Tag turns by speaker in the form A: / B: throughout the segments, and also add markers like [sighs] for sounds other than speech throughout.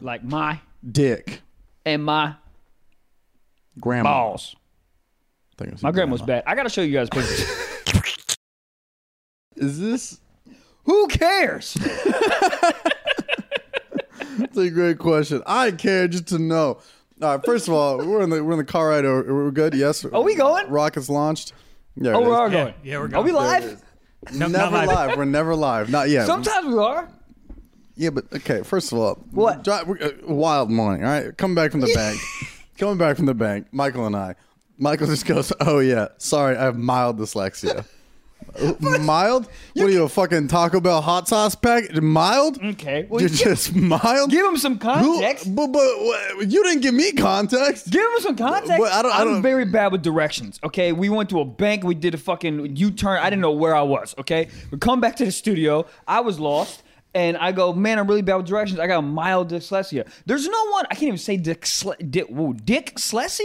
A: like my
B: Dick.
A: and my
B: Grandma.
A: balls.
B: I think I said
A: My grandma's bad. I gotta show you guys pictures.
B: Is this?
A: Who cares?
B: [laughs] That's a great question. I care just to know. All right. First of all, we're in the we're in the car ride. Over. We're good. Yes. Are
A: we going?
B: Rockets launched. Yeah.
A: [laughs] Oh,
B: it
A: we
B: is.
A: are
C: Yeah,
A: going.
C: yeah, we're
A: Are
C: going.
A: we
B: There it
A: live?
B: is.
C: No,
B: never
C: not live.
B: live. We're never live. Not yet.
A: Sometimes we are.
B: Yeah, but okay. First of all,
A: What?
B: dri- we- uh, wild morning. All right, coming back from
A: [laughs]
B: the bank. coming back from the bank. Michael and I. Michael just goes, "Oh yeah, sorry, I have
A: [laughs]
B: mild dyslexia." mild? what are you a fucking Taco Bell hot sauce pack? Mild?
A: Okay. Well,
B: You're
A: give-
B: just mild.
A: Give him some
B: Who-
A: context.
B: But, but what- you didn't give me context.
A: Give him some context.
B: Well, I don't- I
A: am
B: don't-
A: very bad with directions. Okay, we went to a bank. We did a fucking U-turn. I didn't know where I was. Okay, we come back to the studio. I was lost, and I go, man, I'm really bad with directions. I got mild dyslexia. There's no one. I can't even say dyslexia. Dick, whoa, dyslexia.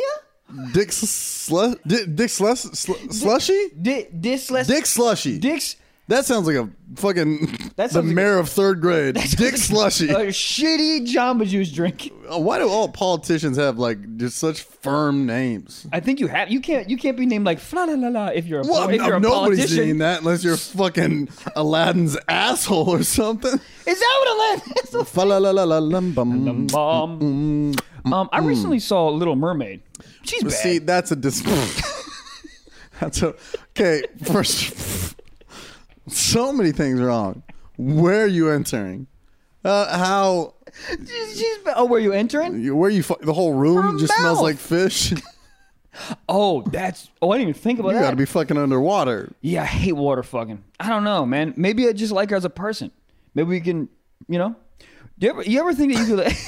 B: Dick slu- Di- Dick slu- slu- slushy?
A: Dick dyslexia.
B: Dick slushy.
A: Dick's
B: That sounds like a fucking
A: That
B: the
A: sounds like
B: mayor of third grade.
A: [laughs]
B: Dick
A: a
B: slushy.
A: shitty Jamba Juice drink.
B: Uh, Why do all politicians have like just such firm names?
A: I think you have. You can't. You can't be named like la la la la if you're a.
B: Well,
A: if
B: no-
A: you're a
B: nobody's
A: politician.
B: seeing that unless you're fucking Aladdin's asshole or something.
A: Is that what a land?
B: Fa-la-la-la-la-lum-bum.
A: [laughs] Um,
B: mm,
A: um, I recently saw Little Mermaid. She's bad.
B: See, that's a dis. [laughs] that's a okay. First, so many things wrong. Where are you entering? Uh, how?
A: she's, she's bad. Oh, were you entering?
B: Where you? Fu- the whole room
A: Her
B: just smells
A: mouth.
B: like fish. [laughs] you
A: Oh, that's. Oh, I didn't even think about that.
B: got to be fucking underwater.
A: yeah, I hate water fucking. I don't know, man. Maybe I just like her as a person. Maybe we can, you know. Do you ever, you ever think that you could? [laughs]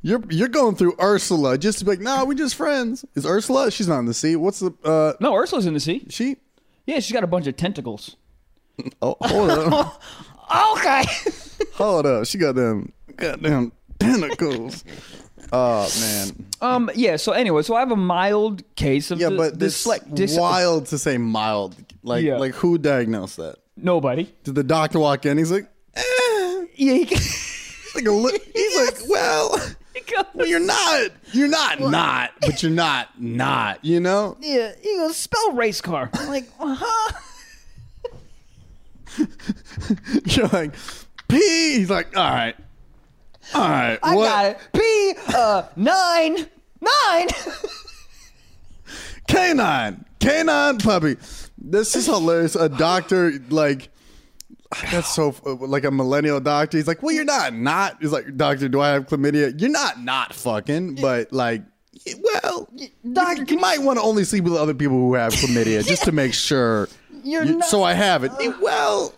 A: Like,
B: You're you're going through Ursula just to be like, nah, we just friends. Is Ursula? She's not in the sea. What's the uh
A: no, Ursula's in the sea.
B: she?
A: Yeah, she's got a bunch of tentacles.
B: Oh
A: [laughs]
B: hold up.
A: Okay.
B: hold up. She got them goddamn
A: [laughs]
B: tentacles. Oh man.
A: [laughs] um. Yeah. So anyway, so I have a mild case of
B: Yeah,
A: the-
B: but this
A: dysle- dys-
B: wild to say mild. Like
A: Yeah.
B: like who diagnosed that?
A: Nobody.
B: Did the doctor walk in? He's like, eh.
A: Yeah. He, [laughs]
B: He's like a li- he's like, well,
A: he goes,
B: well, you're not. You're not not, but you're not not, you know? [laughs]
A: yeah. He goes spell race car. I'm like, uh-huh. huh?
B: You're like, pee. He's like, all right. All right.
A: I
B: what?
A: got it. P uh nine nine. [laughs]
B: canine canine puppy this is hilarious a doctor like that's so like a millennial doctor he's like well you're not not he's like doctor do i have chlamydia you're not not fucking but like y- well
A: doctor,
B: doctor
A: can
B: you
A: you-
B: might want to only sleep with other people who have chlamydia
A: [laughs]
B: just to make sure
A: You're
B: You-
A: not- Uh.
B: so i have it well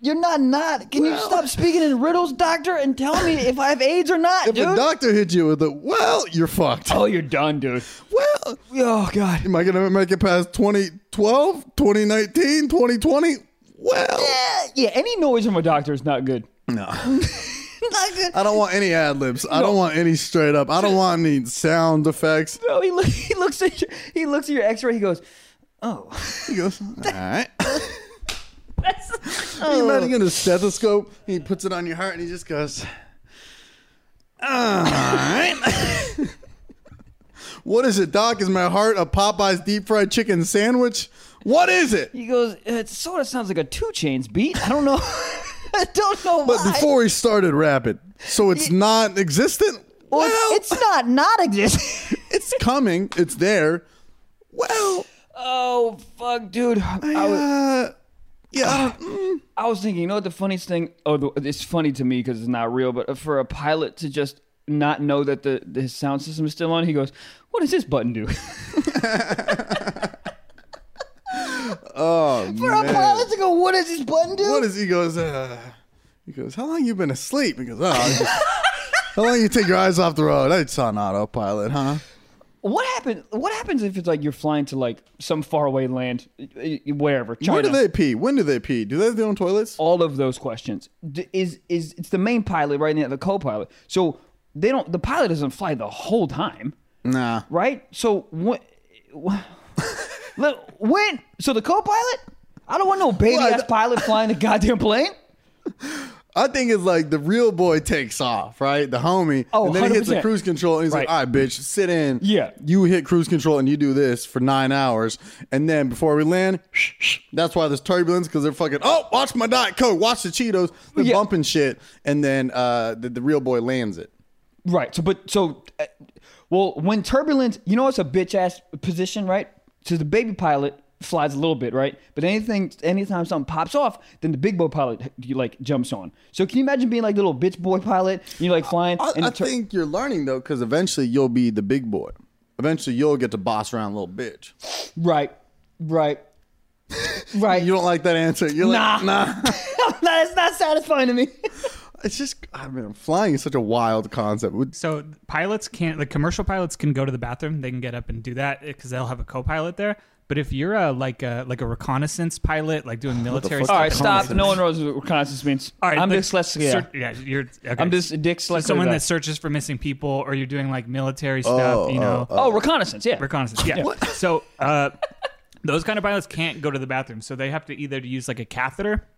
A: You're not not. Can you
B: Well-
A: stop speaking in riddles, doctor, and tell me if I have AIDS or not,
B: if
A: dude?
B: a doctor hit you with a well you're fucked
A: oh, you're done, dude.
B: well
A: Oh God.
B: am i gonna make it past 2012 2019 2020 well
A: Yeah, yeah. Any noise from a doctor is not good.
B: no
A: Not good.
B: [laughs] I don't want any ad libs. I don't want any straight up. I don't want any sound effects.
A: No, he, look, he looks at your, he looks at your X-ray. He goes, "Oh,
B: He goes, all right. Can you
A: Oh.
B: imagine getting a stethoscope? He puts it on your heart and he just goes, all right. [laughs] what is it, Doc? Is my heart a Popeye's deep fried chicken sandwich? What is it?
A: he goes. It sort of sounds like a Two Chains beat. I don't know. [laughs] I don't know
B: But
A: why.
B: before he started rapping, so it's non existent?
A: Well,
B: Well,
A: it's not not exist.
B: [laughs]
A: [laughs]
B: it's coming, it's there. Well,
A: oh fuck, dude. I was-
B: uh, yeah, I don't- mm.
A: I was thinking, you know what the funniest thing? Oh, the, it's funny to me because it's not real, but for a pilot to just not know that the, the his sound system is still on, he goes, "What does this button do?" [laughs]
B: Oh,
A: for a
B: man.
A: pilot to go, "What does this button do?"
B: What is he goes? Uh, he goes. How long you been asleep? He goes. Oh, I
A: [laughs]
B: just- how long you take your eyes off the road? It's on autopilot, huh?
A: what happened? What happens if it's like you're flying to like some faraway land, y- y- wherever China?
B: Where do they pee? When do they pee? Do they have their own toilets?
A: all of those questions D- is is it's the main pilot right now the co-pilot so they don't the pilot doesn't fly the whole time
B: Nah.
A: right? So [laughs] when, look, when so the co-pilot? I don't want no baby
B: Well, I-
A: ass pilot flying the goddamn plane.
B: I think it's like the real boy takes off, right? The homie.
A: Oh,
B: and then he hits the
A: 100%.
B: cruise control and he's like, all
A: Right.
B: right, bitch, sit in.
A: Yeah.
B: You hit cruise control and you do this for nine hours. And then before we land, that's why there's turbulence because they're fucking, oh, watch my Diet Coke, watch the Cheetos. They're
A: Yeah.
B: bumping shit. And then uh, the, the real boy lands it.
A: Right. So, but so, uh, well, when turbulence, you know, it's a bitch ass position, right? So the baby pilot flies a little bit, right? But anything, anytime something pops off, then the big boy pilot you like jumps on. So can you imagine being like little bitch boy pilot? And you're like flying.
B: I,
A: and
B: I
A: the tur-
B: think you're learning though, because eventually you'll be the big boy. Eventually you'll get to boss around little bitch.
A: Right. Right. [laughs] Right.
B: You don't like that answer. You're like,
A: Nah.
B: nah.
A: [laughs] That's not satisfying to me.
B: It's just, I mean, flying is such a wild concept. Would-
C: So pilots can't, like commercial pilots can go to the bathroom. They can get up and do that because they'll have a co-pilot there. But if you're a like a like a reconnaissance pilot, like doing military
B: fuck?
C: stuff,
A: All right, stop.
B: Reconnaissance.
A: No one knows what reconnaissance means. All right, I'm
C: like,
A: dyslexic.
C: cer- yeah, you're. Okay.
A: I'm just dick
C: So
A: dyslexic.
C: someone that searches for missing people, or you're doing like military stuff. you know,
A: Oh, reconnaissance. Yeah.
C: reconnaissance. Yeah. So uh, those kind of pilots can't go to the bathroom, so they have to either use like a catheter,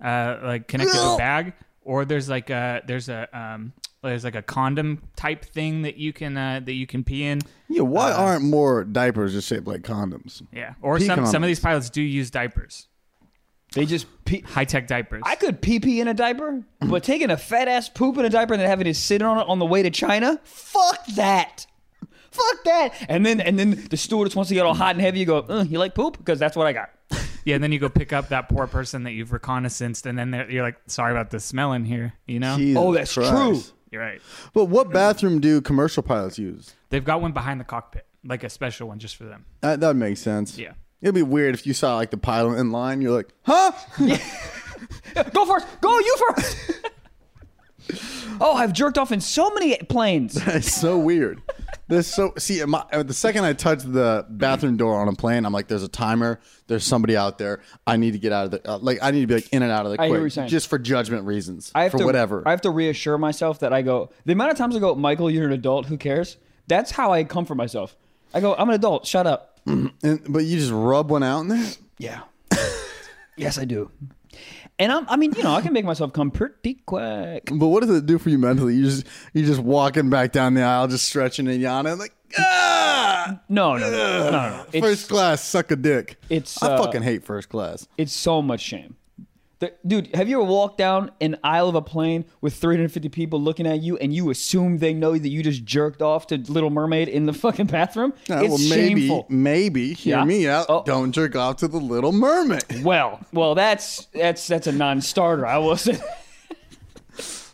C: uh, like connected to a bag, or there's like a there's a um, there's like a condom type thing that you can uh, that you can pee in.
B: Yeah, why aren't more diapers just shaped like condoms?
C: Yeah. Or
B: Pee
C: some some
B: condoms.
C: of these pilots do use diapers,
A: they just pee.
C: high tech diapers.
A: I could pee pee in a diaper, but taking a fat ass poop in a diaper and then having it sit on it on the way to China, fuck that. Fuck that. And then and then the stewardess wants to get all hot and heavy. You go, "Uh, you like poop? Because that's what I got. [laughs]
C: yeah. And then you go pick up that poor person that you've reconnaissanced, and then they're- you're like, sorry about the smell in here. You know.
B: Jesus
A: oh, that's
B: Christ.
A: true.
C: You're right.
B: But what bathroom do commercial pilots use?
C: They've got one behind the cockpit, like a special one just for them.
B: That, that makes sense.
C: Yeah.
B: It'd be weird if you saw like the pilot in line. You're like, huh?
A: Go first. Go you first. [laughs] oh, I've jerked off in so many planes.
B: [laughs] It's so weird. There's so see am I- uh, the second I touch the bathroom door on a plane, I'm like, there's a timer. There's somebody out there. I need to get out of the uh, like. I need to be like in and out of the
A: I hear
B: quick,
A: what you're saying.
B: just for judgment reasons.
A: I have
B: for
A: to,
B: whatever.
A: I have to reassure myself that I go. The amount of times I go, Michael, you're an adult. Who cares? That's how I comfort myself. I go, I'm an adult. Shut up.
B: And- but you just rub one out in there.
A: Yeah. [laughs] yes, I do. And I'm, I mean, you know, I can make myself come pretty quick.
B: But what does it do for you mentally? You just you just walking back down the aisle, just stretching and yawning, like ah.
A: No, no, no, no,
B: [sighs]
A: no. It's,
B: first class, suck a dick.
A: It's,
B: I
A: uh,
B: fucking hate first class.
A: it's so much shame. The, dude, have you ever walked down an aisle of a plane with 350 people looking at you, and you assume they know that you just jerked off to Little Mermaid in the [laughs] fucking bathroom?
B: Uh,
A: it's
B: well, maybe,
A: shameful.
B: maybe hear
A: Yeah.
B: me out.
A: Oh.
B: Don't jerk off to the Little Mermaid.
A: Well, well, that's that's that's a non-starter. I will say.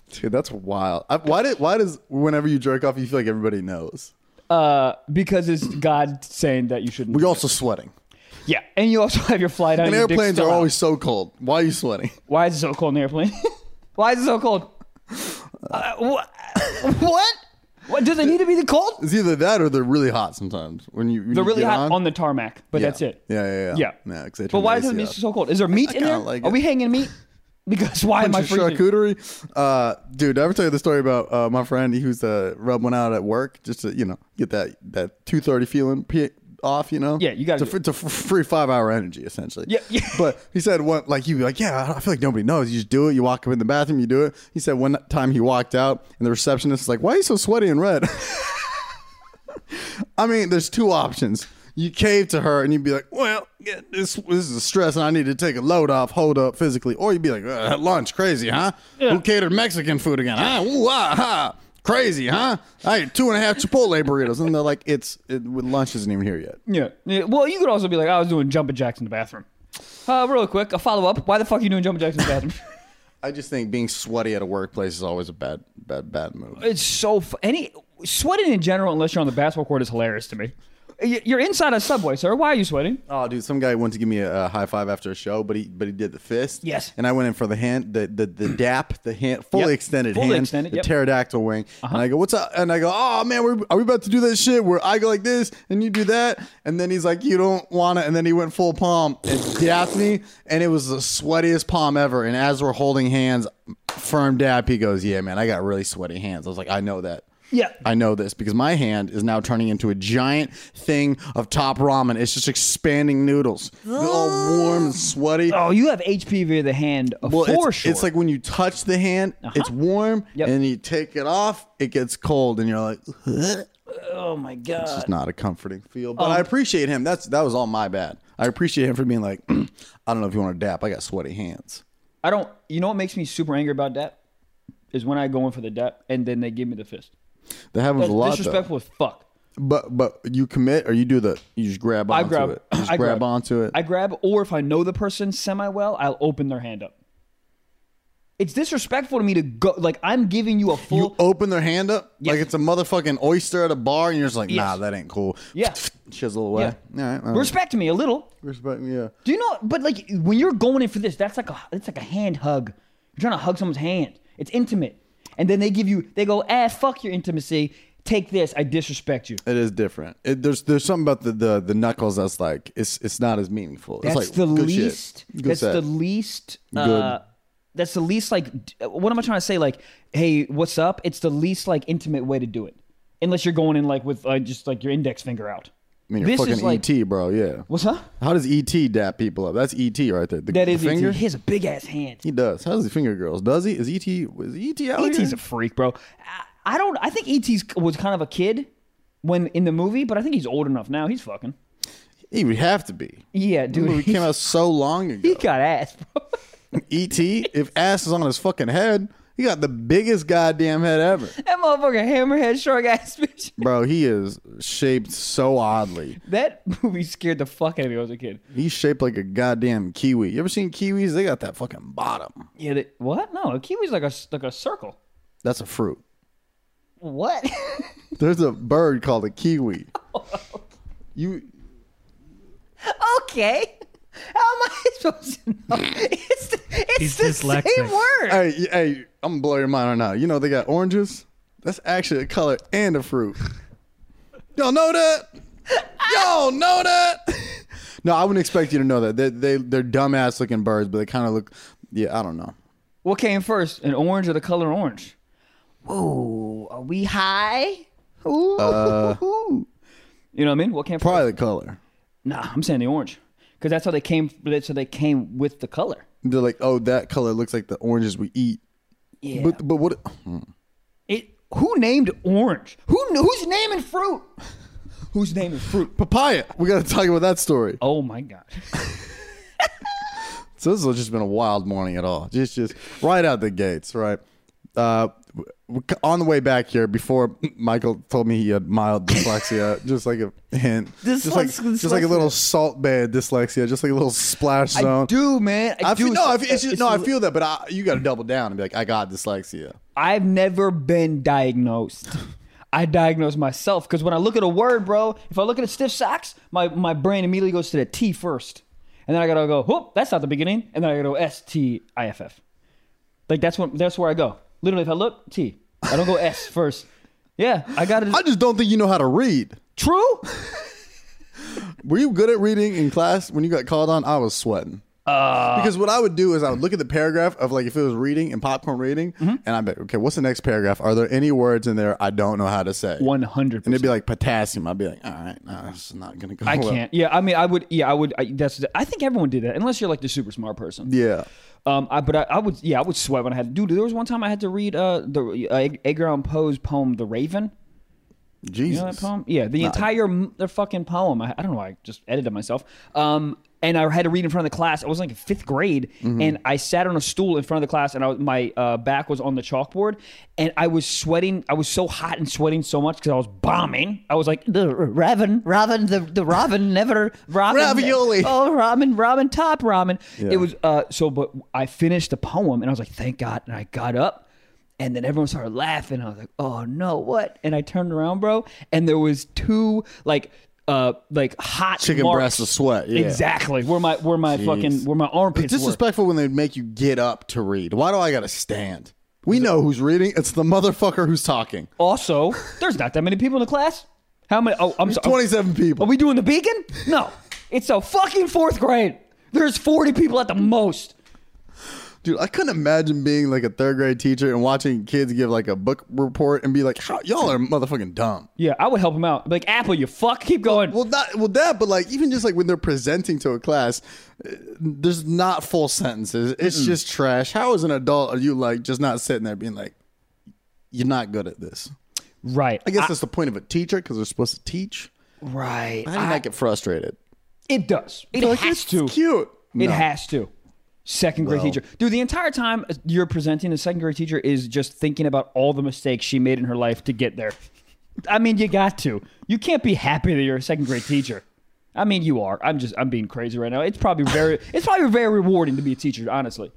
B: Dude, that's wild. I, why did why does whenever you jerk off, you feel like everybody knows?
A: Uh, because it's God saying that you shouldn't.
B: We're also sweating,
A: yeah, and you also have your flight on.
B: and
A: your dick's
B: airplanes
A: still
B: are
A: out.
B: always so cold. Why are you sweating?
A: Why is it so cold in the airplane? [laughs] Why is it so cold? Uh, wh- what? What does it need to be the cold?
B: It's either that or they're really hot sometimes. When you when
A: They're
B: you
A: really
B: get
A: hot on. the tarmac, but
B: Yeah.
A: that's it.
B: Yeah, yeah, yeah.
A: Yeah.
B: Yeah, 'cause they
A: but why
B: turn
A: does it
B: the
A: need
B: AC up.
A: so cold? Is there meat in
B: kinda
A: there?
B: like
A: are
B: it.
A: we hanging
B: [laughs]
A: meat? Because why am I
B: bunch of
A: freezing?
B: charcuterie. Uh, dude, did I ever tell you the story about uh, my friend who's uh, rubbed one out at work just to you know get that that two thirty feeling p- off? You know,
A: Yeah, you gotta
B: to,
A: do
B: fr- to fr- free five hour energy essentially.
A: [laughs] Yeah, yeah.
B: But he said one like you like yeah, I feel like nobody knows. You just do it. You walk up in the bathroom, you do it. He said one time he walked out and the receptionist was like, "Why are you so sweaty and red?" [laughs] I mean, there's two options. You cave to her and you'd be like, well, yeah, this this is a stress and I need to take a load off, hold up physically. Or you'd be like, uh, lunch, crazy, huh? Who catered Mexican food again? Huh? Ooh, ah, ha. Crazy, huh? I ate two and a half Chipotle burritos. And they're like, it's it, lunch isn't even here yet.
A: Yeah. yeah. Well, you could also be like, I was doing jumping jacks in the bathroom. Uh, real quick, a follow up. Why the fuck are you doing jumping jacks in the
B: [laughs]
A: bathroom?
B: I just think being sweaty at a workplace is always a bad, bad, bad move.
A: It's so fu- any sweating in general, unless you're on the basketball court, is hilarious to me. Y- You're inside a subway, sir. Why are you sweating?
B: Oh, dude! Some guy went to give me a, a high five after a show, but he but he did the fist.
A: Yes.
B: And I went in for the hand, the
A: [clears throat]
B: the, the dap, the hand, fully
A: Yep.
B: extended
A: Fully
B: hand,
A: extended,
B: the
A: yep. Uh-huh.
B: pterodactyl wing. And I go, "What's up?" And I go, "Oh man, we're, are we about to do that shit where I go like this and you do that?" And then he's like, "You don't want to." And then he went full palm and dapped me, and it was the sweatiest palm ever. And as we're holding hands, firm dap, he goes, "Yeah, man, I got really sweaty hands." I was like, "I know that."
A: Yeah.
B: I know this because my hand is now turning into a giant thing of top ramen. It's just expanding noodles. They're all warm and sweaty.
A: Oh, you have HPV of the hand uh,
B: Well,
A: for
B: it's,
A: sure. Uh-huh.
B: it's like when you touch the hand, it's warm,
A: Yep.
B: and you take it off, it gets cold, and you're like, "Ugh."
A: oh my god.
B: it's not a comforting feel. But
A: Oh.
B: I appreciate him. That's that was all my bad. I appreciate him for being like, [clears throat] I don't know if you want to dap. I got sweaty hands.
A: I don't. You know what makes me super angry about that is when I go in for the dap and then they give me the fist.
B: That happens
A: That's
B: a lot. Though.
A: disrespectful as fuck.
B: But but you commit or you do the you just grab
A: I
B: onto
A: grab. [clears throat]
B: it. You just
A: I
B: grab, onto it.
A: I grab, or if I know the person semi well, I'll open their hand up. It's disrespectful to me to go. Like I'm giving you a full.
B: you open their hand up
A: Yes.
B: like it's a motherfucking oyster at a bar, and you're just like, nah,
A: Yes.
B: that ain't cool. [laughs]
A: Yeah.
B: Chisel away.
A: Yeah.
B: All right, all right.
A: respect me a little.
B: Respect. Yeah.
A: Do you know? But like when you're going in for this, that's like a it's like a hand hug. You're trying to hug someone's hand. It's intimate, and then they give you they go ah fuck your intimacy. Take this. I disrespect you.
B: It is different. It, there's there's something about the, the the knuckles that's like it's it's not as meaningful.
A: That's
B: it's like
A: the
B: good shit.
A: least.
B: Good
A: That's
B: set.
A: the least. Uh, that's the least like. d- What am I trying to say? Like, hey, what's up? It's the least like intimate way to do it, unless you're going in like with uh, just like your index finger out.
B: I mean, you're
A: this is
B: fucking
A: like-
B: ET, bro. Yeah.
A: What's up?
B: How does ET dap people up? That's ET right there. The,
A: That
B: the
A: is E
B: finger.
A: ET. He has a big ass hand.
B: He does. How does he finger girls? Does he? Is ET is ET out
A: ET's
B: here?
A: E a freak, bro. I, I don't. I think ET's was kind of a kid when in the movie, but I think he's old enough now. He's fucking.
B: he would have to be.
A: Yeah,
B: The
A: dude.
B: movie
A: He,
B: came out so long
A: [laughs] he
B: ago.
A: [laughs] got ass, bro.
B: ET, E if ass is on his fucking head, he got the biggest goddamn head ever,
A: That motherfucker hammerhead shark ass bitch. [laughs]
B: bro. He is shaped so oddly.
A: That movie scared the fuck out of me when I was a kid.
B: He's shaped like a goddamn kiwi. You ever seen kiwis? They got that fucking bottom.
A: Yeah. They, what? No, a kiwi's like a s- like a circle.
B: That's a fruit.
A: What? [laughs]
B: There's a bird called a kiwi. You
A: okay. How am I [laughs] supposed to know? It's the, it's
C: He's
A: the same
C: dyslexic.
A: word.
B: hey y- hey, I'm gonna blow your mind right now. You know they got oranges. That's actually a color and a fruit. Y'all know that? Y'all know that? [laughs] no, I wouldn't expect you to know that. They they they're dumbass looking birds, but they kind of look. Yeah, I don't know.
A: What came first, an orange or the color orange? Whoa, are we high? Ooh.
B: Uh,
A: you know what I mean? What came first?
B: Probably the color.
A: Nah, I'm saying the orange, because that's how they came. That's how they came with the color.
B: They're like, oh, that color looks like the oranges we eat.
A: Yeah.
B: But but what?
A: it. Who named orange? Who kn- who's naming fruit? [laughs] Who's naming fruit?
B: Papaya. We gotta talk about that story.
A: Oh my god.
B: So this has just been a wild morning at all. Just just right out the gates, right? Uh, w- w- on the way back here, before Michael told me he had
A: [laughs]
B: mild dyslexia, just like a hint, just like
A: Dyslex-
B: just like a little salt bed dyslexia, just like a little splash zone.
A: I do, man. I,
B: I
A: do.
B: feel, no, I feel, it's just, no, I
A: a-
B: feel that, but I, you got to double down and be like, I got dyslexia.
A: I've never been diagnosed. I diagnose myself because when I look at a word, bro, if I look at a stiff socks, my, my brain immediately goes to the T first. And then I gotta go, whoop, that's not the beginning. And then I gotta go S T I F F. Like that's when that's where I go. Literally, if I look, T. I don't go [laughs] S first. Yeah, I gotta
B: I just don't think you know how to read.
A: true.
B: Were you good at reading in class when you got called on? I was sweating.
A: Uh,
B: because what I would do is I would look at the paragraph of like if it was reading and popcorn reading,
A: Mm-hmm.
B: and I'd be like, okay, what's the next paragraph? Are there any words in there I don't know how to say?
A: One hundred
B: And it'd
A: percent.
B: be like potassium. I'd be like, all right, no, this is not gonna go.
A: I
B: well."
A: can't. Yeah, I mean, I would. Yeah, I would. I, that's. I think everyone did that, unless you're like the super smart person.
B: Yeah,
A: Um, I but I, I would yeah I would sweat when I had dude. There was one time I had to read uh the uh, Edgar Allan Poe's poem The Raven. You know
B: Jesus.
A: that poem? Yeah, the entire m- the fucking poem. I, I don't know. why I just edited myself. Um, and I had to read in front of the class. I was like in fifth grade, and I sat on a stool in front of the class, and I was, my uh, back was on the chalkboard, and I was sweating. I was so hot and sweating so much because I was bombing. I was like the raven, raven, the the raven never ramen,
B: Ravioli.
A: Oh, ramen, ramen, top ramen.
B: Yeah.
A: It was uh. So, but I finished the poem, and I was like, thank God, and I got up. And then everyone started laughing. I was like, "Oh no, what?" And I turned around, bro, and there was two like, uh, like hot
B: Chicken
A: marks.
B: breast of sweat. Yeah.
A: Exactly where my where my fucking where my armpits
B: It's
A: were.
B: disrespectful when they make you get up to read. Why do I gotta stand? We know who's reading. It's the motherfucker who's talking.
A: Also, there's not that many people in the class. How many? Oh, I'm sorry.
B: Twenty-seven people.
A: Are we doing the beacon? No, it's a fucking fourth grade. There's 40 people at the most.
B: Dude, I couldn't imagine being like a third grade teacher and watching kids give like a book report and be like, How, "Y'all are motherfucking dumb."
A: Yeah, I would help him out. Be like Apple, you fuck, keep going.
B: Well, not well that, but like even just like when they're presenting to a class, uh, there's not full sentences. It's just trash. How as an adult are you like just not sitting there being like, "You're not good at this."
A: right.
B: I guess that's the point of a teacher because they're supposed to teach.
A: right.
B: How do you not get frustrated?
A: it does. It
B: Like,
A: has
B: it's
A: to.
B: Cute.
A: It
B: No.
A: has to. Second grade
B: Well.
A: teacher. Dude, the entire time you're presenting, the second grade teacher is just thinking about all the mistakes she made in her life to get there. I mean, you got to. You can't be happy that you're a second grade teacher. I mean, you are. I'm just, I'm being crazy right now. It's probably very, it's probably very rewarding to be a teacher, honestly.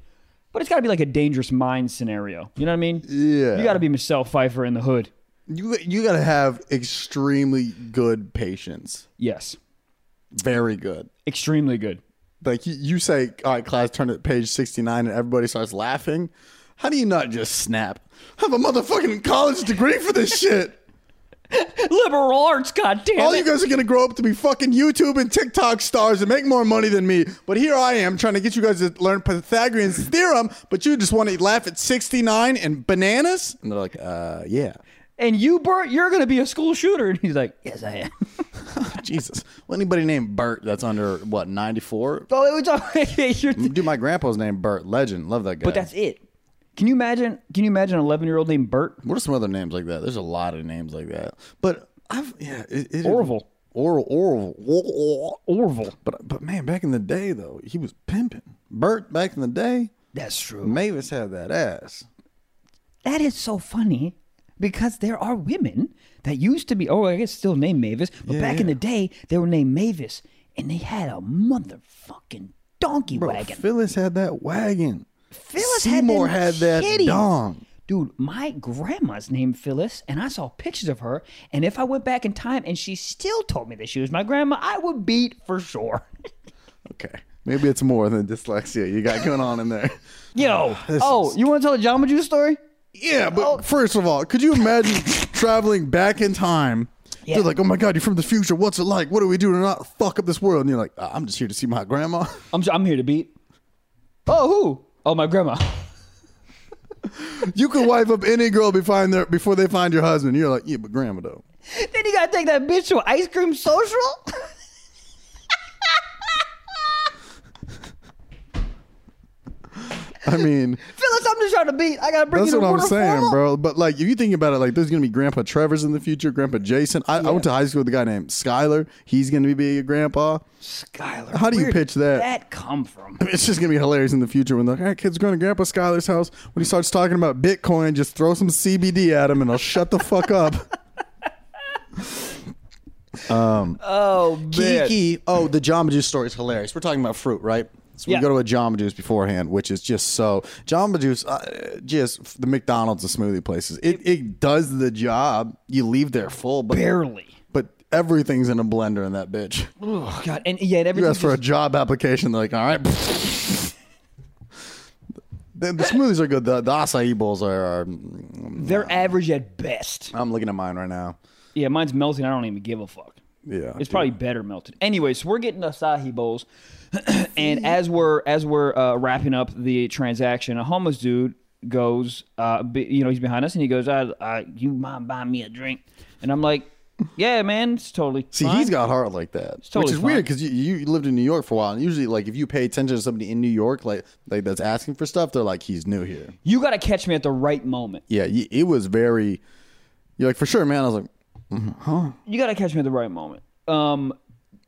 A: But it's got to be like a dangerous mind scenario. You know what I mean?
B: Yeah.
A: You got to be Michelle Pfeiffer in the hood.
B: You you gotta have extremely good patience.
A: Yes.
B: Very good.
A: Extremely good.
B: Like you, you say, all right, class, turn to page sixty nine, and everybody starts laughing. How do you not just snap? I have a motherfucking college degree for
A: [laughs]
B: this shit.
A: Liberal arts, goddamn
B: All
A: it.
B: you guys are gonna grow up to be fucking YouTube and TikTok stars and make more money than me. But here I am trying to get you guys to learn Pythagorean's theorem, but you just want to laugh at sixty nine and bananas. And they're like, uh, yeah, [laughs]
A: and you, Bert, you're going to be a school shooter. [laughs] And he's like, yes, I am. [laughs]
B: Jesus. Well, anybody named Bert that's under what ninety four?
A: Oh, it was all- [laughs] you're-
B: Dude, my grandpa's named Bert. Legend. Love that guy.
A: but that's it. Can you imagine? Can you imagine an 11 year old named Bert?
B: what are some other names like that? There's a lot of names like that. But I've yeah, it, it,
A: Orville.
B: Oral, Orville. Orville.
A: Orville.
B: But but man, back in the day though, he was pimping. Bert back in the day,
A: That's true.
B: Mavis had that ass.
A: That is so funny because there are women that used to be. Oh, I guess still named Mavis, but back in the day they were named Mavis, and they had a motherfucking donkey wagon.
B: Phyllis had that wagon.
A: Phyllis had
B: Seymour
A: them
B: had, that
A: kitties.
B: dong.
A: Dude, my grandma's named Phyllis, and I saw pictures of her. And if I went back in time and she still told me that she was my grandma, I would beat for sure. [laughs]
B: Okay. Maybe it's more than dyslexia you got going on in there.
A: [laughs] Yo,
B: Ah, This
A: oh,
B: is-
A: you want to tell the Jamba Juice story?
B: Yeah, but
A: Oh.
B: first of all, could you imagine traveling back in time?
A: Yeah.
B: They're like, oh my God, you're from the future. What's it like? What do we do to not fuck up this world? And you're like, "Ah, I'm just here to see my grandma.
A: I'm I'm here to beat. Oh, who? Oh, my grandma. [laughs]
B: you could wipe up any girl before, their, before they find your husband. You're like, yeah, but grandma though.
A: then you gotta take that bitch to an ice cream social. [laughs]
B: I mean,
A: Phyllis, I'm just trying to beat. I gotta bring
B: that's
A: you to
B: what I'm
A: water
B: saying,
A: formal.
B: bro. But like, if you think about it, like, there's gonna be Grandpa Trevor's in the future, Grandpa Jason. I, I went to high school with a guy named Skyler. He's gonna be a grandpa.
A: Skylar,
B: How do you
A: where
B: pitch
A: did
B: that?
A: That come from?
B: It's just gonna be hilarious in the future when they're like, all right, kids, going to Grandpa Skyler's house. When he starts talking about Bitcoin, just throw some CBD at him, and I'll shut the fuck up.
A: Oh, man.
B: Kiki. Oh, the Jamba Juice story is hilarious. We're talking about fruit, right? So we
A: Yeah.
B: go to a Jamba Juice beforehand, which is just so Jamba Juice. Uh, just the McDonald's and smoothie places. It it does the job. You leave there full, but
A: barely.
B: but everything's in a blender in
A: [laughs]
B: that bitch.
A: Oh God, and yeah, and
B: You
A: everything.
B: ask for a
A: just-
B: job application, they're like, all right. [laughs] the, the smoothies are good. The, the acai bowls are, are.
A: they're average at best.
B: I'm looking at mine right now.
A: Yeah, mine's melting. I don't even give a fuck.
B: Yeah,
A: It's probably better melted. Anyway, so we're getting Asahi bowls, [clears throat] and as we're as we're uh, wrapping up the transaction, a homeless dude goes, uh, be, you know, he's behind us, and he goes, I, I, "You mind buying me a drink?" And I'm like, "Yeah, man, it's totally."
B: See,
A: fine."
B: he's got heart like that,
A: totally
B: which is
A: fine.
B: weird because you, you lived in New York for a while, and usually, like, if you pay attention to somebody in New York, like, like that's asking for stuff, they're like, he's new here.
A: You got to catch me at the right moment.
B: Yeah, y- it was very. You're like, for sure, man. I was like,
A: You got to catch me at the right moment. Um,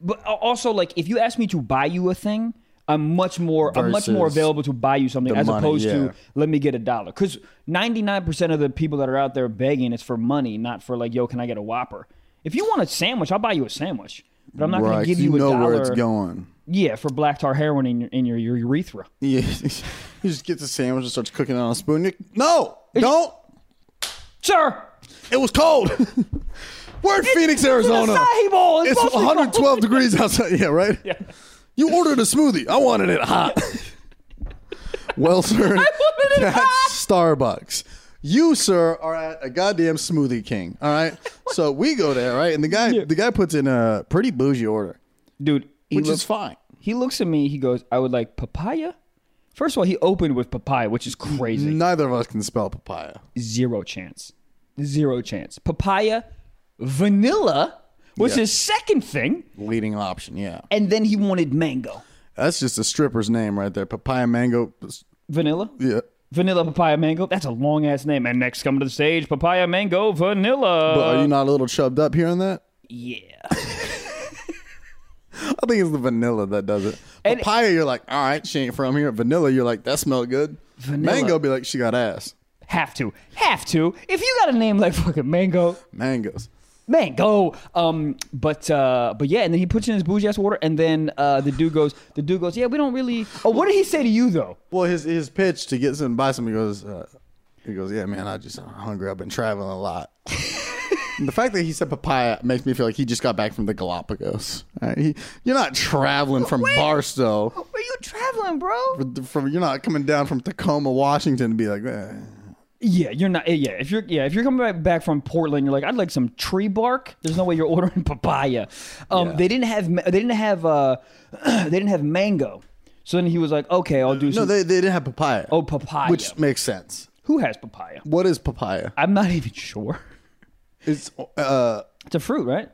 A: but a- also, like, if you ask me to buy you a thing, I'm much more I'm much more
B: Versus
A: available to buy you something
B: the
A: as
B: money,
A: opposed
B: yeah.
A: to let me get a dollar. Because 99% of the people that are out there begging is for money, not for like, yo, can I get a Whopper? If you want a sandwich, I'll buy you a sandwich. But I'm not going
B: right,
A: to give
B: 'cause you
A: you, a
B: know
A: dollar.
B: where it's going. [laughs]
A: Yeah, for black tar heroin in your in your, your urethra.
B: Yeah, he just gets a sandwich and starts cooking it on a spoon. You're like, no, don't.
A: Sir,
B: It was cold. [laughs] We're in Phoenix, Arizona.
A: Asahi bowl. It's
B: It's
A: supposed to be
B: 112 degrees outside. Yeah, right? Yeah. You ordered a smoothie. I wanted it hot. well, sir,
A: wanted it
B: that's
A: hot.
B: Starbucks. You, sir, are at a goddamn smoothie king. All right. so we go there, right? And the guy the guy puts in a pretty bougie order.
A: dude, he
B: Which
A: looks,
B: is fine.
A: he looks at me. He goes, I would like papaya First of all, he opened with papaya, which is crazy.
B: Neither of us can spell papaya.
A: Zero chance. Zero chance. Papaya, vanilla was
B: Yeah.
A: his second thing,
B: Leading option, yeah.
A: and then he wanted mango.
B: That's just a stripper's name right there. Papaya mango.
A: Vanilla?
B: Yeah.
A: Vanilla papaya mango. That's a long ass name. And next coming to the stage, papaya mango vanilla.
B: But are you not a little chubbed up here on that?
A: yeah.
B: I think it's the vanilla that does it.
A: And-
B: Papaya, you're like, all right, she ain't from here. Vanilla, you're like, that smelled good.
A: Vanilla.
B: Mango, be like, she got ass.
A: Have to. Have to. If you got a name like fucking mango,
B: Mangoes.
A: mango. Um, but uh, but yeah, and then he puts in his bougie ass water, and then uh, the dude goes, the dude goes, yeah, we don't really. Oh, what did he say to you though?
B: Well, his his pitch to get some buy some, he goes, uh, he goes, yeah, man, I just I'm hungry. I've been traveling a [laughs] lot. And the fact that he said papaya makes me feel like he just got back from the Galapagos. All right, he, you're not traveling from Barstow.
A: Where you traveling, bro?
B: From you're not coming down from Tacoma, Washington, to be like, eh.
A: Yeah, you're not. eh, Yeah, if you're yeah, if you're coming back, back from Portland, you're like, I'd like some tree bark. There's no way you're [laughs] ordering papaya. Um,
B: Yeah.
A: they didn't have ma- they didn't have uh, [clears throat] they didn't have mango. So then he was like, okay, I'll do
B: no,
A: some.
B: they they didn't have papaya.
A: oh, papaya.
B: which makes sense.
A: who has papaya?
B: What is papaya?
A: I'm not [laughs] even sure.
B: It's uh,
A: It's a fruit, right?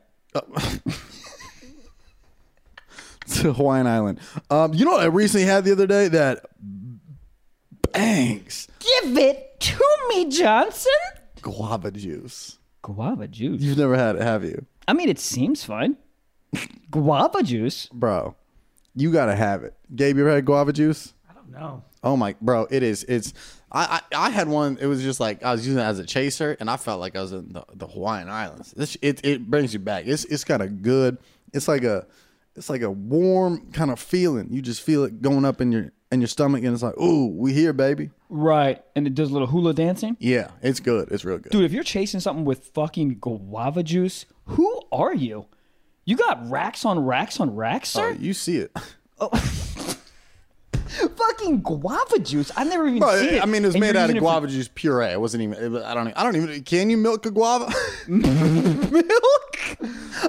B: it's a Hawaiian island. Um, you know what I recently had the other day that bangs
A: Give it to me, Johnson.
B: guava juice.
A: Guava juice.
B: You've never had it, have you?
A: I mean, it seems fine. [laughs] Guava juice.
B: bro. You gotta have it. Gabe, you ever had guava juice?
C: I don't know.
B: Oh my, bro, it is. It's. I, I I had one. It was just like I was using it as a chaser, and I felt like I was in the, the Hawaiian Islands. This it it brings you back. It's it's got a good. It's like a, it's like a warm kind of feeling. You just feel it going up in your in your stomach, and it's like, ooh, we here, baby.
A: Right, and it does a little hula dancing.
B: Yeah, it's good. It's real good.
A: Dude, if you're chasing something with fucking guava juice, who are you? You got racks on racks on racks,
B: Uh,
A: sir?
B: you see it.
A: fucking guava juice. I've never even
B: Oh, Bro,
A: seen it.
B: I mean, it was
A: And
B: made
A: you're
B: out
A: using
B: of
A: it for-
B: guava juice puree. It wasn't even. It was, I don't. Even, I don't even. Can you milk a guava? [laughs]
A: [laughs] milk?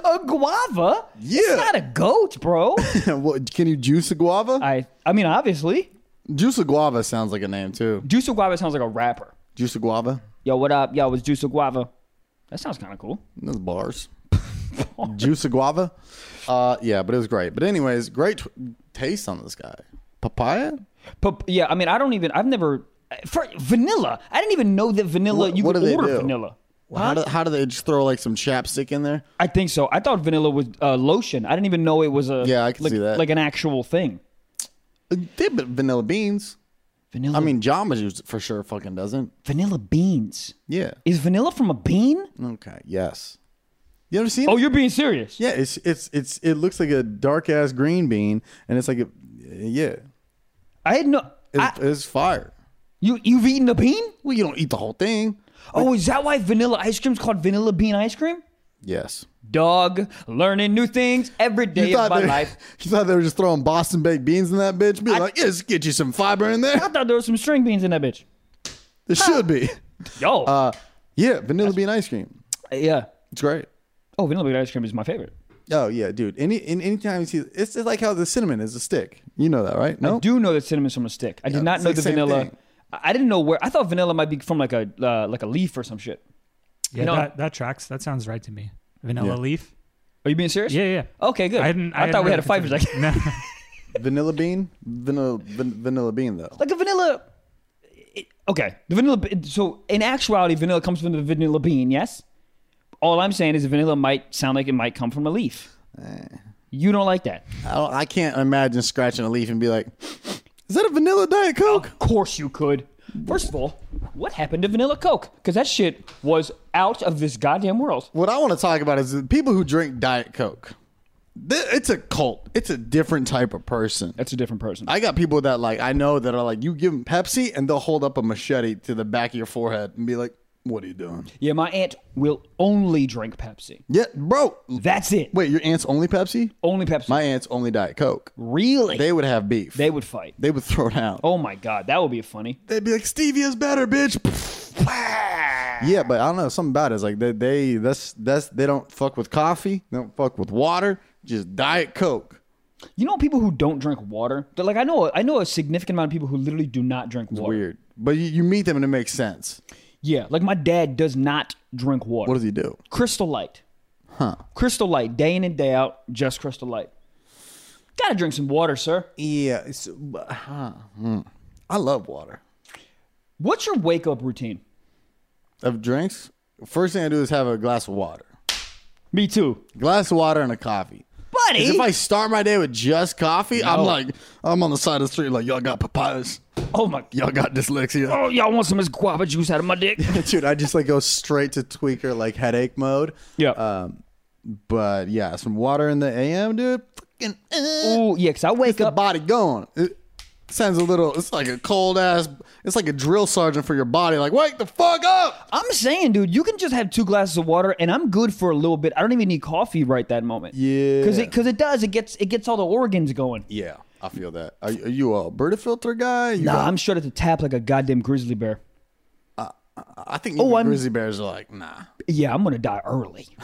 A: A guava?
B: Yeah.
A: It's not a goat,
B: [laughs]
A: bro.
B: what, can you juice a guava?
A: I I mean, obviously.
B: Juice of Guava sounds like a name too.
A: Juice of guava sounds like a rapper.
B: Juice of Guava.
A: Yo, what up? Yo, it's Juice of guava. That sounds kind of cool. [laughs]
B: That's bars. Juice of Guava. Uh, yeah, but it was great. But anyways, great t- taste on this guy. Papaya.
A: But yeah, I mean, I don't even. I've never. For vanilla, I didn't even know that vanilla.
B: What-
A: you
B: what
A: could
B: do they
A: order
B: do?
A: vanilla.
B: How do, how do they just throw like some chapstick in there?
A: I think so. I thought vanilla was uh, lotion. I didn't even know it was a
B: Yeah, I can
A: like,
B: see that.
A: like an actual thing.
B: Uh, They but vanilla beans.
A: Vanilla.
B: I mean, Jamba Juice for sure fucking doesn't.
A: vanilla beans.
B: Yeah.
A: Is vanilla from a bean?
B: Okay. Yes. You ever seen?
A: Oh, you're being serious.
B: Yeah. It's it's it's it looks like a dark ass green bean, and it's like a yeah.
A: I had no.
B: It's,
A: I,
B: it's fire.
A: you you've eaten a bean?
B: Well, you don't eat the whole thing.
A: Oh, is that why vanilla ice cream's called vanilla bean ice cream?
B: Yes.
A: Dog, learning new things every day of my
B: they, [laughs]
A: life.
B: You thought they were just throwing Boston baked beans in that bitch? Be
A: I-
B: like, yeah, just get you some fiber in
A: I [laughs]
B: there.
A: thought there was some string beans in that bitch.
B: There should be.
A: Yo,
B: Uh, yeah, vanilla bean ice cream.
A: yeah.
B: It's great.
A: Oh, vanilla bean ice cream is my favorite.
B: Oh yeah, dude. Any any- anytime you see, it's, it's like how the cinnamon is a stick. You know that, right?
A: I
B: No.
A: do know that cinnamon's from a stick. I did not
B: it's
A: know
B: like
A: the
B: same
A: vanilla.
B: thing.
A: I I didn't know where. I thought vanilla might be from like a uh, like a leaf or some shit.
C: Yeah,
A: You know-
C: that, that tracks. That sounds right to me. Vanilla
B: Yeah.
C: leaf.
A: Are you being serious?
C: Yeah, yeah.
A: Okay, Oh, good.
C: I didn't.
A: I,
C: I,
A: thought we had a
C: hadn't
A: fight for a
C: really
A: second. [laughs]
C: considered- No.
B: Vanilla bean, vanilla van, vanilla bean though.
A: Like a vanilla. it- okay, the vanilla. be- So in actuality, vanilla comes from the vanilla bean. Yes. All I'm saying is vanilla might sound like it might come from a leaf.
C: Eh.
A: You don't like that.
B: I, don't, I can't imagine scratching a leaf and be like, is that a vanilla diet coke?
A: Of course you could. First of all, what happened to vanilla Coke? Because that shit was out of this goddamn world.
B: What I want to talk about is the people who drink diet coke. Th- It's a cult. It's a different type of person.
A: That's a different person.
B: I got people that like I know that are like you give them Pepsi and they'll hold up a machete to the back of your forehead and be like, "What are you doing?"
A: Yeah, my aunt will only drink Pepsi.
B: Yeah, bro.
A: That's it.
B: Wait, your aunt's only Pepsi?
A: Only Pepsi.
B: My aunt's only Diet Coke.
A: really? They,
B: They would have beef. They,
A: would fight.
B: would throw down.
A: Oh my god, that would be funny.
B: They'd be like, "Stevia's better, bitch." yeah, but I don't know something about it. It's like they, they that's that's they don't fuck with coffee. They don't fuck with water. Just Diet Coke.
A: You know people who don't drink water? They're like I know I know a significant amount of people who literally do not drink water.
B: Weird. But you, you meet them and it makes sense.
A: Yeah, like my dad does not drink water.
B: What does he do?
A: Crystal Light.
B: Huh.
A: Crystal Light, day in and day out, just Crystal Light. Gotta drink some water, sir.
B: Yeah. It's, but, huh. Hmm. I love water.
A: What's your wake up routine?
B: Of drinks, first thing I do is have a glass of water.
A: Me too,
B: Glass of water and a coffee. 'Cause
A: buddy.
B: If I start my day with just coffee, I'm like, I'm on the side of the street like, y'all got papayas.
A: oh my.
B: Y'all got dyslexia.
A: Oh, y'all want some of this guava juice out of my dick?
B: [laughs] Dude, I just like go straight to tweaker like headache mode.
A: Yeah.
B: Um, but yeah, some water in the AM, dude. Fucking eh,
A: Ooh, yeah, cause I wake
B: the
A: up.
B: body going. It sounds a little. It's like a cold ass. It's like a drill sergeant for your body. Like wake the fuck up.
A: I'm saying, dude, you can just have two glasses of water, and I'm good for a little bit. I don't even need coffee right that moment.
B: Yeah.
A: because it because it does. It gets it gets all the organs going.
B: Yeah, I feel that. Are, are you a Alberta filter guy? You
A: Nah,
B: a-
A: I'm straight at the tap like a goddamn grizzly bear.
B: I think even
A: I'm-
B: grizzly bears are like nah.
A: Yeah, I'm gonna die early. [laughs]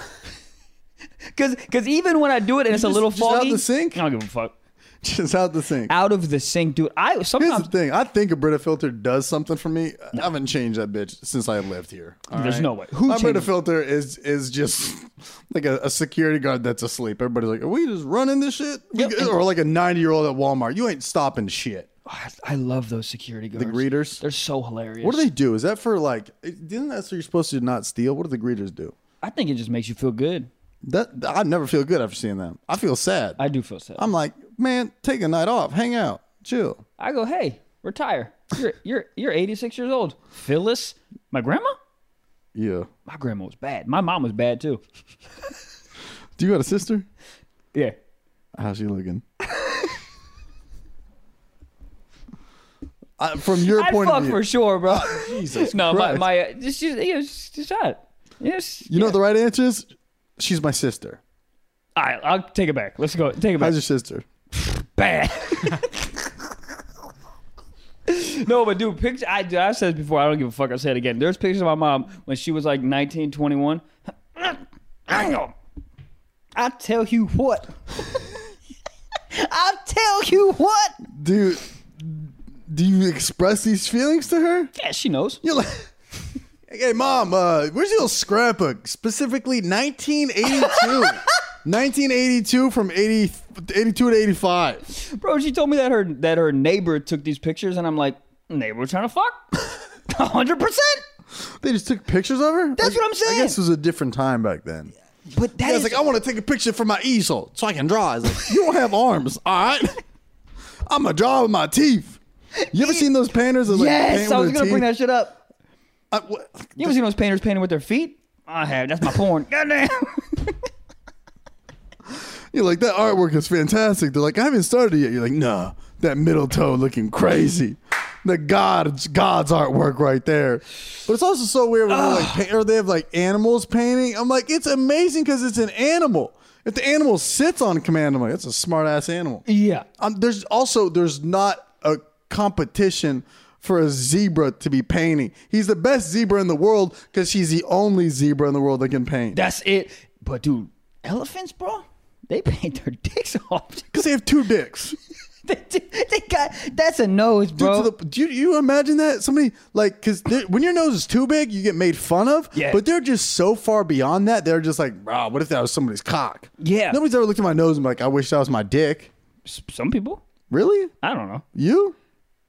A: Cause, Cause even when I do it and it's a
B: just-
A: little
B: just out
A: foggy,
B: the sink?
A: I don't give a fuck.
B: [laughs] Just out the sink.
A: Out of the sink, dude. I
B: Here's the
A: sometimes
B: thing. I think a Brita filter does something for me. I haven't changed that bitch since I lived here. all
A: There's no way. Who
B: My Brita
A: changes-
B: filter is is just [laughs] like a, a security guard that's asleep. Everybody's like, "Are we just running this shit?" We
A: Yep.
B: g- Or like a ninety year old at Walmart. You ain't stopping shit.
A: I- I love those security guards. The
B: greeters?
A: They're so hilarious.
B: What do they do? Is that for like? Isn't that so you're supposed to not steal? What do the greeters do?
A: I think it just makes you feel good.
B: That I never feel good after seeing them. I feel sad.
A: I do feel sad.
B: I'm like, man, take a night off, hang out, chill.
A: I go, hey, retire. You're you're you're 86 years old. Phyllis, my grandma.
B: Yeah.
A: My grandma was bad. My mom was bad too.
B: Do you got a sister?
A: Yeah.
B: How's she looking? I, from your
A: I'd
B: point
A: fuck
B: of view,
A: for sure,
B: [laughs]
A: bro. [laughs]
B: Jesus
A: no,
B: Christ.
A: my my uh, just just- yeah, just, just shot. Yes.
B: you know what the right answer is. She's my sister.
A: All right, I'll take it back. Let's go. Take it back.
B: How's your sister?
A: [laughs] bad. no, but dude, picture. I, dude, I said this before. I don't give a fuck. I said it again. There's pictures of my mom when she was like 19, [laughs] 21. I know. I tell you what. [laughs] I tell you what.
B: Do do you express these feelings to her?
A: Yeah, she knows.
B: You're like, [laughs] hey, mom, uh, where's your little scrapbook? Specifically, [laughs] 1982. 1982 from 80, 82 to 85.
A: Bro, she told me that her that her neighbor took these pictures, and I'm like, neighbor trying to fuck? [laughs] 100%.
B: They just took pictures of her?
A: That's
B: I-
A: what I'm saying.
B: I guess it was a different time back then.
A: But that
B: I
A: is
B: was like, I want to take a picture for my easel so I can draw. It's like, you don't have arms, all right? [laughs] I'm going to draw with my teeth. You ever seen those painters? That, like,
A: Yes,
B: paint
A: I
B: with
A: was
B: their
A: going to bring
B: teeth?
A: that shit up.
B: I- what-
A: You ever seen those painters painting with their feet? I have. That's my porn. [laughs] Goddamn.
B: You're like, that artwork is fantastic. They're like, I haven't started yet. You're like, nah, that middle toe looking crazy. The God's God's artwork right there. But it's also so weird when they're like, paint- or they have like animals painting. I'm like, it's amazing because it's an animal. If the animal sits on command, I'm like, that's a smart ass animal.
A: yeah.
B: Um, there's also there's not a competition for a zebra to be painting. He's the best zebra in the world because she's the only zebra in the world that can paint.
A: That's it. But dude, elephants, bro, they paint their dicks [laughs] off.
B: Because they have two dicks.
A: they, they got that's a nose,
B: Dude,
A: bro.
B: to the, do you, you imagine that somebody like because when your nose is too big, you get made fun of.
A: Yeah.
B: But they're just so far beyond that. They're just like, wow, what if that was somebody's cock?
A: Yeah.
B: Nobody's ever looked at my nose and been like, I wish that was my dick.
A: S- Some people,
B: Really?
A: I don't know.
B: You?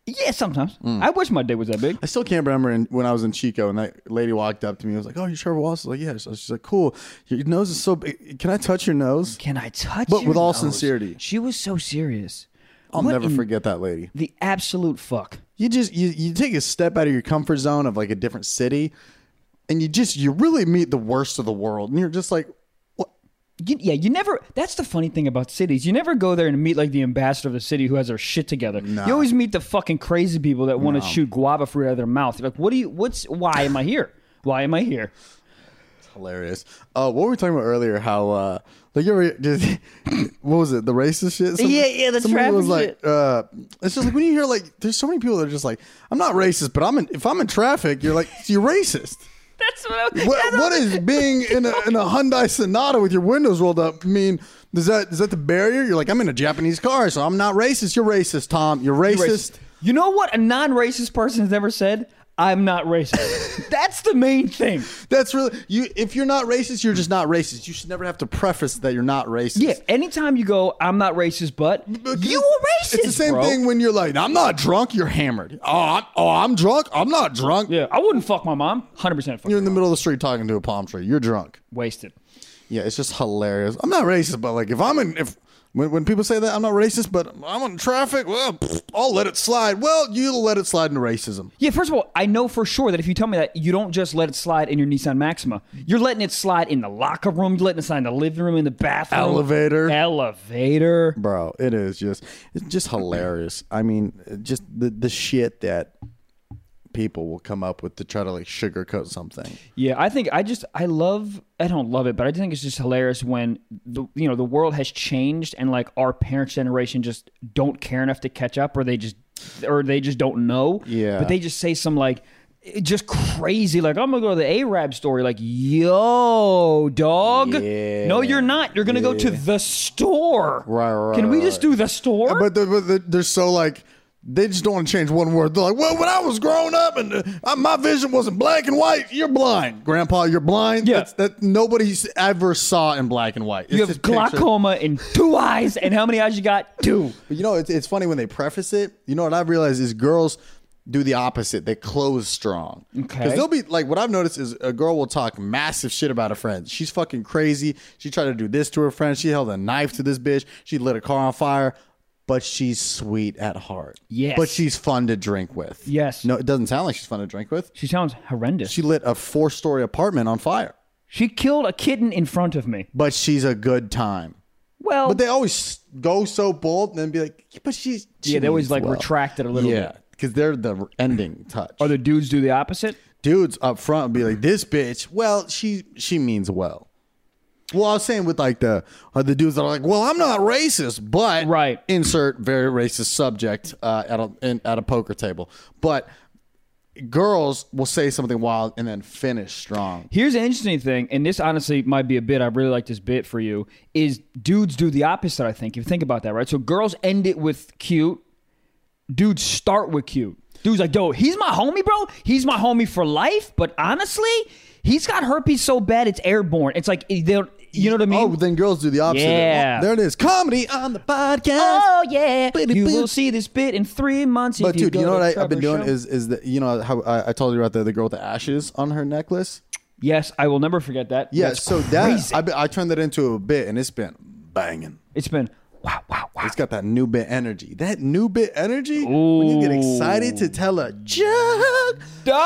A: Yeah, sometimes. I wish my dick was that big.
B: I still can't remember in, when I was in Chico and that lady walked up to me. and was like, "Oh, you're Trevor Wallace?" I was like, "Yeah." So she's like, "Cool. Your nose is so big. Can I touch your nose?"
A: Can I touch?
B: But
A: your
B: with all
A: nose?
B: sincerity.
A: she was so serious.
B: I'll
A: What
B: never
A: in
B: forget that lady.
A: The absolute fuck.
B: You just you, you take a step out of your comfort zone of like a different city, and you just you really meet the worst of the world, and you're just like, "What?
A: You, yeah, you never. That's the funny thing about cities. You never go there and meet like the ambassador of the city who has their shit together. You always meet the fucking crazy people that want to shoot guava fruit out of their mouth. You're like, what do you? What's? Why am I here? Why am I here?
B: hilarious. Uh, what were we talking about earlier? How uh, like you ever just [coughs] what was it? The racist shit. Some-
A: Yeah, yeah, the
B: somebody was like,
A: traffic
B: uh, it's just like when
A: [laughs]
B: you hear like, there's so many people that are just like, I'm not racist, but I'm in, if I'm in traffic, you're like, you're racist.
D: [laughs] That's what I'm.
B: What, what is being in a, in a Hyundai Sonata with your windows rolled up mean? Is that is that the barrier? You're like, I'm in a Japanese car, so I'm not racist. You're racist, Tom. You're racist.
A: You know what a non-racist person has never said? I'm not
B: [laughs]
A: racist. That's the main thing.
B: That's really you. If you're not racist, you're just not racist. You should never have to preface that you're not racist.
A: Yeah, anytime you go, I'm not racist, but
B: But
A: you
B: it's-
A: were racist.
B: It's the same
A: bro.
B: thing when you're like, I'm not drunk. You're hammered. Oh, I'm, oh, I'm drunk. I'm not drunk.
A: Yeah, I wouldn't fuck my mom. 100% fuck
B: You're
A: her
B: in the
A: mom.
B: middle of the street talking to a palm tree. You're drunk.
A: wasted.
B: Yeah, it's just hilarious. I'm not racist, but like if I'm in if when, when people say that I'm not racist, but I'm in traffic, well, pfft, I'll let it slide. Well, you let it slide into racism.
A: Yeah, first of all, I know for sure that if you tell me that, you don't just let it slide in your Nissan Maxima. You're letting it slide in the locker room. You're letting it slide in the living room, in the bathroom.
B: Elevator.
A: Elevator.
B: Bro, it is just it's just hilarious. I mean, it just the the shit that people will come up with to try to like sugarcoat something.
A: Yeah, I think I just I love I don't love it, but I think it's just hilarious when the you know the world has changed and like our parents' generation just don't care enough to catch up, or they just or they just don't know.
B: Yeah.
A: but they just say some like it- just crazy like I'm gonna go to the Arab story like yo dog
B: Yeah.
A: no you're not you're gonna go to the store
B: Right, right,
A: can we
B: right,
A: just
B: right.
A: do the store
B: But they're, but they're- they're so like they just don't want to change one word. They're like, well, when I was growing up and uh, I, my vision wasn't black and white, you're blind, Grandpa. You're blind.
A: Yeah.
B: That's, that nobody ever saw in black and white. It's
A: you have
B: just pictures.
A: glaucoma in two eyes and how many eyes you got
B: [laughs]
A: two
B: But you know, it's, it's funny when they preface it. You know what I've realized is girls do the opposite. They close strong.
A: Okay.
B: Because they'll be like, what I've noticed is a girl will talk massive shit about a friend. She's fucking crazy. She tried to do this to her friend. She held a knife to this bitch. She lit a car on fire. But she's sweet at heart.
A: Yes.
B: But she's fun to drink with.
A: Yes.
B: No, it doesn't sound like she's fun to drink with.
A: she sounds horrendous
B: She lit a four story apartment on fire.
A: she killed a kitten in front of me
B: But she's a good time.
A: well
B: But they always go so bold and then be like, but she's. she
A: Yeah, they always
B: means
A: like
B: well.
A: retract it a little
B: Yeah,
A: bit.
B: because they're the ending touch.
A: Or the dudes do the opposite.
B: Dudes up front be like, "This bitch." Well, she she means well. Well, I was saying with like the uh, the dudes that are like, "Well, I'm not racist," but
A: Right.
B: insert very racist subject uh, at a in, at a poker table. But girls will say something wild and then finish strong.
A: Here's an interesting thing, and this honestly might be a bit. I really like this bit for you. Is dudes do the opposite? I think. If you think about that, right? So girls end it with cute. Dudes start with cute. Dudes like, yo, he's my homie, bro. He's my homie for life. But honestly, he's got herpes so bad it's airborne. It's like they don't. You know what I mean?
B: Oh, then girls do the opposite.
A: Yeah.
B: there it is. Comedy on the podcast.
A: Oh, yeah.
B: Bitty
A: You
B: bitch.
A: will see this bit in three months.
B: But
A: if you
B: dude,
A: go
B: you know
A: to
B: what I, I've been
A: Trevor's
B: doing
A: show.
B: is is that you know how I, I told you about the, the girl with the ashes on her necklace.
A: yes, I will never forget that.
B: Yeah,
A: That's
B: so
A: crazy.
B: that I, be- I turned that into a bit, and it's been banging.
A: it's been wow, wow, wow.
B: It's got that new bit energy. That new bit energy when you get excited to tell a joke.
A: Dog.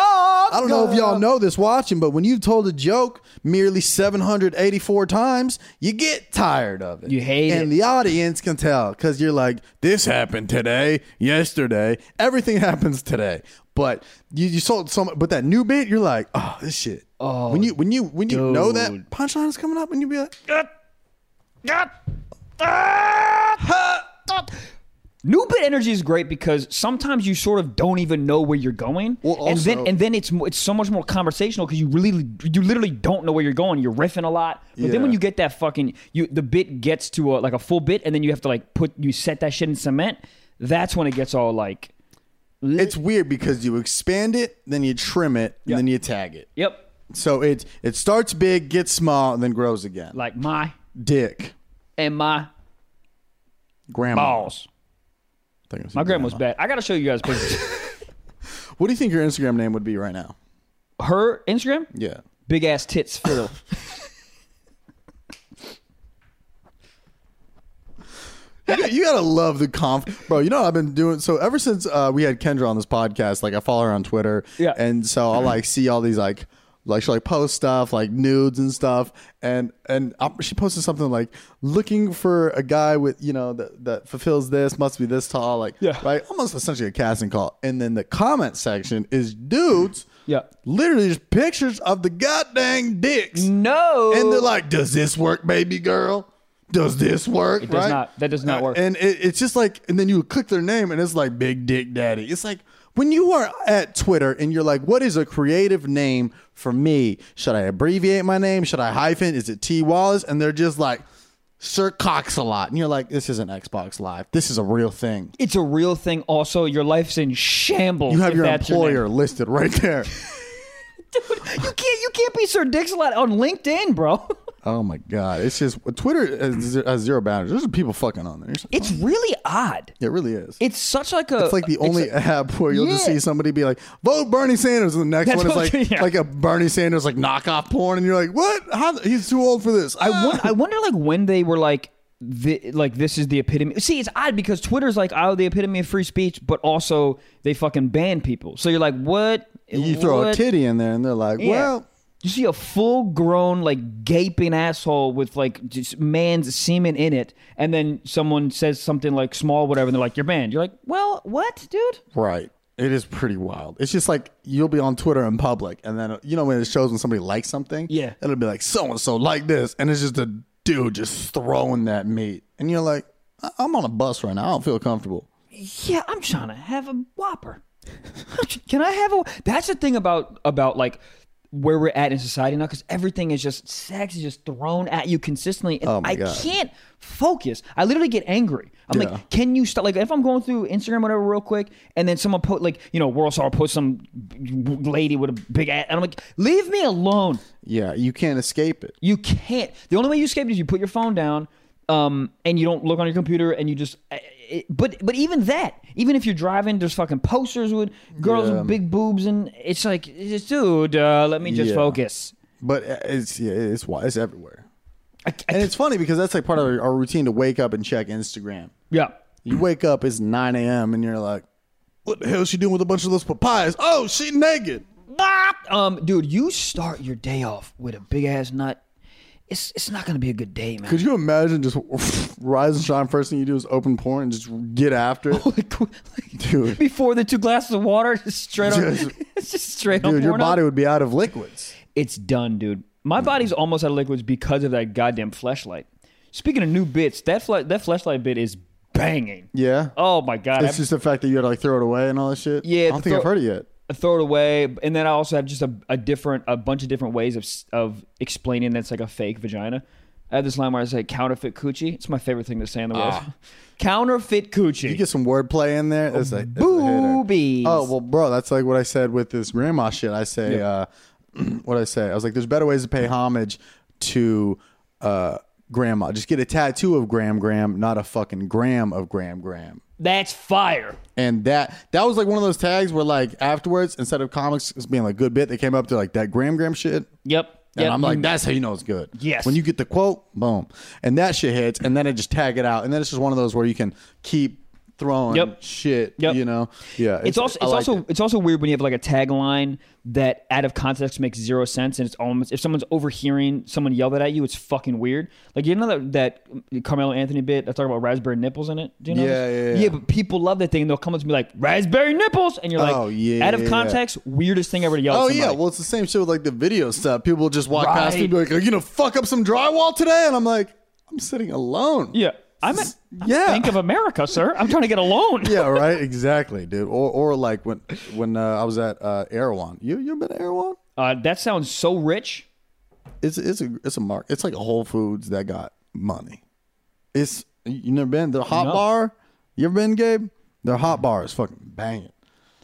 B: I don't know if y'all know this watching, but when you've told a joke merely 784 times, you get tired of it.
A: You hate
B: and
A: it.
B: the audience can tell because you're like, this happened today, yesterday. Everything [laughs] happens today. But you, you sold so much, but that new bit, you're like, oh, this shit. Oh, when you when you when you know that
A: dude.
B: punchline is coming up, and you be like,
A: New bit energy is great because sometimes you sort of don't even know where you're going,
B: Well,
A: and then
B: also-
A: and then it's mo- it's so much more conversational because you really you literally don't know where you're going. You're riffing a lot, but then when
B: Yeah.
A: you get that fucking you the bit gets to a, like a full bit, and then you have to like put you set that shit in cement. That's when it gets all like
B: it's weird because you expand it, then you trim it, and
A: Yeah.
B: then you tag it.
A: yep,
B: So it it starts big, gets small, and then grows again.
A: like my
B: Dick,
A: and my
B: grandma.
A: balls.
B: I think it was
A: My
B: your
A: grandma's
B: grandma.
A: bad. I gotta show you guys pictures.
B: What do you think your Instagram name would be right now?
A: Her Instagram,
B: Yeah.
A: big ass tits fiddle.
B: You, got- you gotta love the conf, bro. You know what I've been doing? So ever since uh, we had Kendra on this podcast, like I follow her on Twitter,
A: Yeah. Mm-hmm.
B: and so I like see all these like, like she like post stuff like nudes and stuff, and and I, she posted something like looking for a guy with you know that, that fulfills this must be this tall, like
A: Yeah.
B: right, almost essentially a casting call, and then the comment section is dudes,
A: Yeah.
B: literally just pictures of the goddamn dicks.
A: no,
B: And they're like, "Does this work, baby girl? Does this work?" Uh, It
A: does not. That does not work.
B: And it, it's just like, and then you click their name, and it's like, "Big Dick Daddy." It's like, When you are at Twitter and you're like, what is a creative name for me? Should I abbreviate my name? Should I hyphen? Is it T Wallace? And they're just like, Sir Cox a lot. And you're like, this isn't Xbox Live. This is a real thing.
A: It's a real thing. Also, your life's in shambles.
B: You have
A: if
B: your
A: that's name.
B: employer listed right there.
A: you can't. You can't be Sir Dixlot on LinkedIn, bro. [laughs]
B: oh my God. It's just Twitter has has zero boundaries. There's people fucking on there.
A: It's really odd.
B: it really is.
A: It's such like a.
B: It's like the only app where you'll just
A: Uh, Yeah.
B: see somebody be like, "Vote Bernie Sanders," and the next
A: That's
B: one is
A: what- [laughs]
B: like,
A: yeah.
B: like a Bernie Sanders like knockoff porn, and you're like, "What? How? He's too old for this." Ah.
A: I
B: [laughs]
A: won- I wonder like when they were like. The, like this is the epitome. See, it's odd because Twitter's like oh the epitome of free speech, but also they fucking ban people. So you're like, what?
B: you throw
A: what?
B: a titty in there, and they're like,
A: Yeah.
B: "Well,
A: you see a full grown, like gaping asshole with like just man's semen in it, and then someone says something like small, whatever, and they're like, you're banned. You're like, well, what, dude?
B: right." It is pretty wild. It's just like you'll be on Twitter in public, and then you know when it shows when somebody likes something,
A: Yeah.
B: it'll be like so and so like this, and it's just a dude just throwing that meat, and you're like, I- "I'm on a bus right now. I don't feel comfortable."
A: Yeah, I'm trying to have a whopper. [laughs] Can I have a? That's the thing about about like where we're at in society now, because everything is just sex is just thrown at you consistently, and
B: Oh my
A: I
B: God.
A: can't focus. I literally get angry. I'm
B: Yeah.
A: like, can you stop? Like, if I'm going through Instagram, whatever, real quick, and then someone put like, you know, World Star put some lady with a big ass, and I'm like, leave me alone.
B: Yeah, you can't escape it.
A: You can't. The only way you escape is you put your phone down, um, and you don't look on your computer, and you just. I- I- But but even that, even if you're driving, there's fucking posters with girls
B: Yeah.
A: with big boobs, and it's like, it's- dude, uh, let me just
B: Yeah.
A: focus.
B: But uh, it's yeah, it's wild. It's everywhere.
A: I, c- I
B: And
A: c-
B: it's funny because that's like part of our, our routine to wake up and check Instagram.
A: yeah.
B: You wake up, it's 9 a.m., and you're like, what the hell is she doing with a bunch of those papayas? Oh, she naked.
A: Um, dude, you start your day off with a big ass nut. It's it's not gonna be a good day, man.
B: Could you imagine just [laughs] rise and shine? First thing you do is open porn and just get
A: [laughs]
B: after it.
A: Like, like, [laughs]
B: Dude.
A: Before the two glasses of water, [laughs] just straight on.
B: Just-
A: it's [laughs] just straight on.
B: Dude, your
A: porno.
B: body would be out of liquids.
A: it's done, dude. My
B: Mm-hmm.
A: body's almost out of liquids because of that goddamn fleshlight. Speaking of new bits, that fle- that fleshlight bit is banging.
B: Yeah.
A: Oh my god, I
B: It's just the fact that you had to like throw it away and all that shit.
A: Yeah,
B: I don't think
A: throw-
B: I've heard it yet.
A: I throw it away, and then I also have just a, a different, a bunch of different ways of s- of explaining that it's like a fake vagina. I have this line where I say counterfeit coochie. It's my favorite thing to say in the world. [laughs] counterfeit
B: Ah. You
A: coochie.
B: get some wordplay in there. It's like
A: Boobies.
B: Oh well, bro, that's like what I said with this grandma shit. I say, uh, [clears throat] what I say. I was like, there's better ways to pay homage to uh, grandma. Just get a tattoo of Graham Graham, not a fucking gram of Graham Graham.
A: That's fire.
B: And that that was like one of those tags where like afterwards, instead of comics being like good bit, they came up to like that Graham Graham shit.
A: Yep.
B: And
A: yep. Mm-hmm.
B: I'm like, that's how you know it's good.
A: Yes.
B: When you get the quote, boom, and that shit hits, and then I just tag it out, and then it's just one of those where you can keep throwing
A: Yep.
B: shit.
A: Yep.
B: You know. Yeah.
A: it's also
B: I
A: it's
B: like
A: also it's also weird when you have like a tagline that out of context makes zero sense and it's almost if someone's overhearing someone yell that at you it's fucking weird like you know that that Carmelo Anthony bit I talk about raspberry nipples in it do you know
B: Yeah,
A: this?
B: yeah, yeah.
A: but people love that thing and they'll come up to me like raspberry nipples and you're like
B: Oh, yeah,
A: out of
B: yeah, yeah.
A: context weirdest thing ever to yell
B: Oh
A: at
B: yeah,
A: somebody.
B: well it's the same shit with like the video stuff. People just walk past me and be
A: Right.
B: like, "Are you gonna fuck up some drywall today?" And I'm like, "I'm sitting alone."
A: yeah I'm at I'm
B: [laughs] Yeah.
A: Bank of America sir I'm trying to get a loan
B: [laughs] yeah, right, exactly, dude. Or or like when when uh, I was at uh, Erewhon. You you been to Erewhon?
A: uh, that sounds so rich
B: It's it's a it's a mark. It's like a Whole Foods that got money. It's you never been the hot
A: No.
B: bar. You ever been, Gabe? Their hot bar is fucking banging.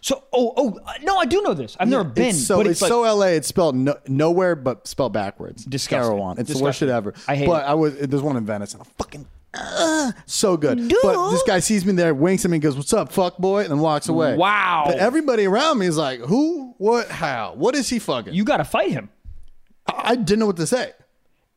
A: so oh oh uh, no I do know this I've never been
B: It's so
A: but
B: it's,
A: it's, like,
B: so LA. It's spelled no, nowhere but spelled backwards.
A: Disgusting.
B: Erewhon. It's the worst
A: Disgusting.
B: shit ever.
A: I hate
B: But
A: it.
B: I was there's one in Venice and I'm fucking uh, so good. But this guy sees me there, winks at me, and goes, "What's up, fuck boy?" and then walks away.
A: Wow.
B: But everybody around me is like, "Who? What? How? What is he fucking?"
A: you got to fight him.
B: I, I didn't know what to say.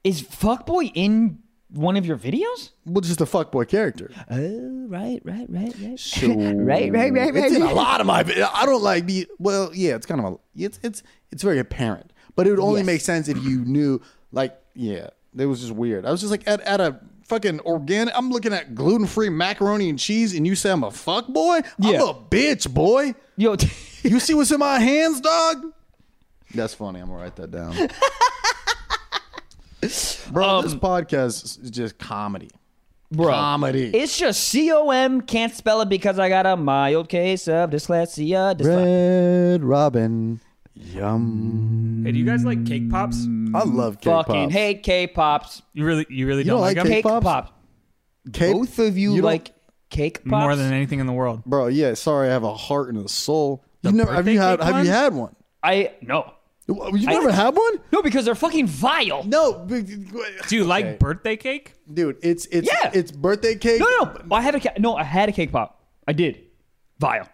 A: Is fuckboy in one of your videos?
B: Well, just a fuck boy character.
A: Oh, right, right, right, right.
B: [laughs]
A: right, right, right,
B: It's in a
A: right.
B: lot of my. vi- I don't like be. Well, yeah, it's kind of a. It's it's it's very apparent, but it would only
A: Yes.
B: make sense if you knew. Like, yeah, it was just weird. I was just like at at a fucking organic. I'm looking at gluten free macaroni and cheese, and you say I'm a fuck boy. I'm
A: Yeah.
B: a bitch boy.
A: Yo, [laughs] t-
B: You see what's in my hands, dog? That's funny. I'm gonna write that [laughs] down. Um, Bro, this podcast is just comedy.
A: bro.
C: Um,
B: Comedy.
A: It's just C O M. Can't spell it because I got a mild case of dyslexia. dyslexia.
B: Red Robin. Yum.
C: Hey, do you guys like cake pops?
B: I love cake
A: Fucking
B: pops.
A: hate K-pops.
C: [laughs] You really, you really
B: don't
C: don't,
B: like
C: like, them?
A: Cake
B: Cake
A: pops.
B: pops? Cake-
A: Both of you,
B: don't-
A: like cake pops
C: more than anything in the world.
B: bro. Yeah, sorry, I have a heart and a soul. You never have
C: birthday
B: you had
C: cake
B: have you
C: one?
B: had one?
A: I no.
B: You never had one?
A: No, because they're fucking vile.
B: No, b-
C: Do you like birthday cake?
B: dude. It's it's
A: Yeah.
B: it's birthday cake.
A: No, no. no. I had a ca- no. I had a cake pop. I did. Vile.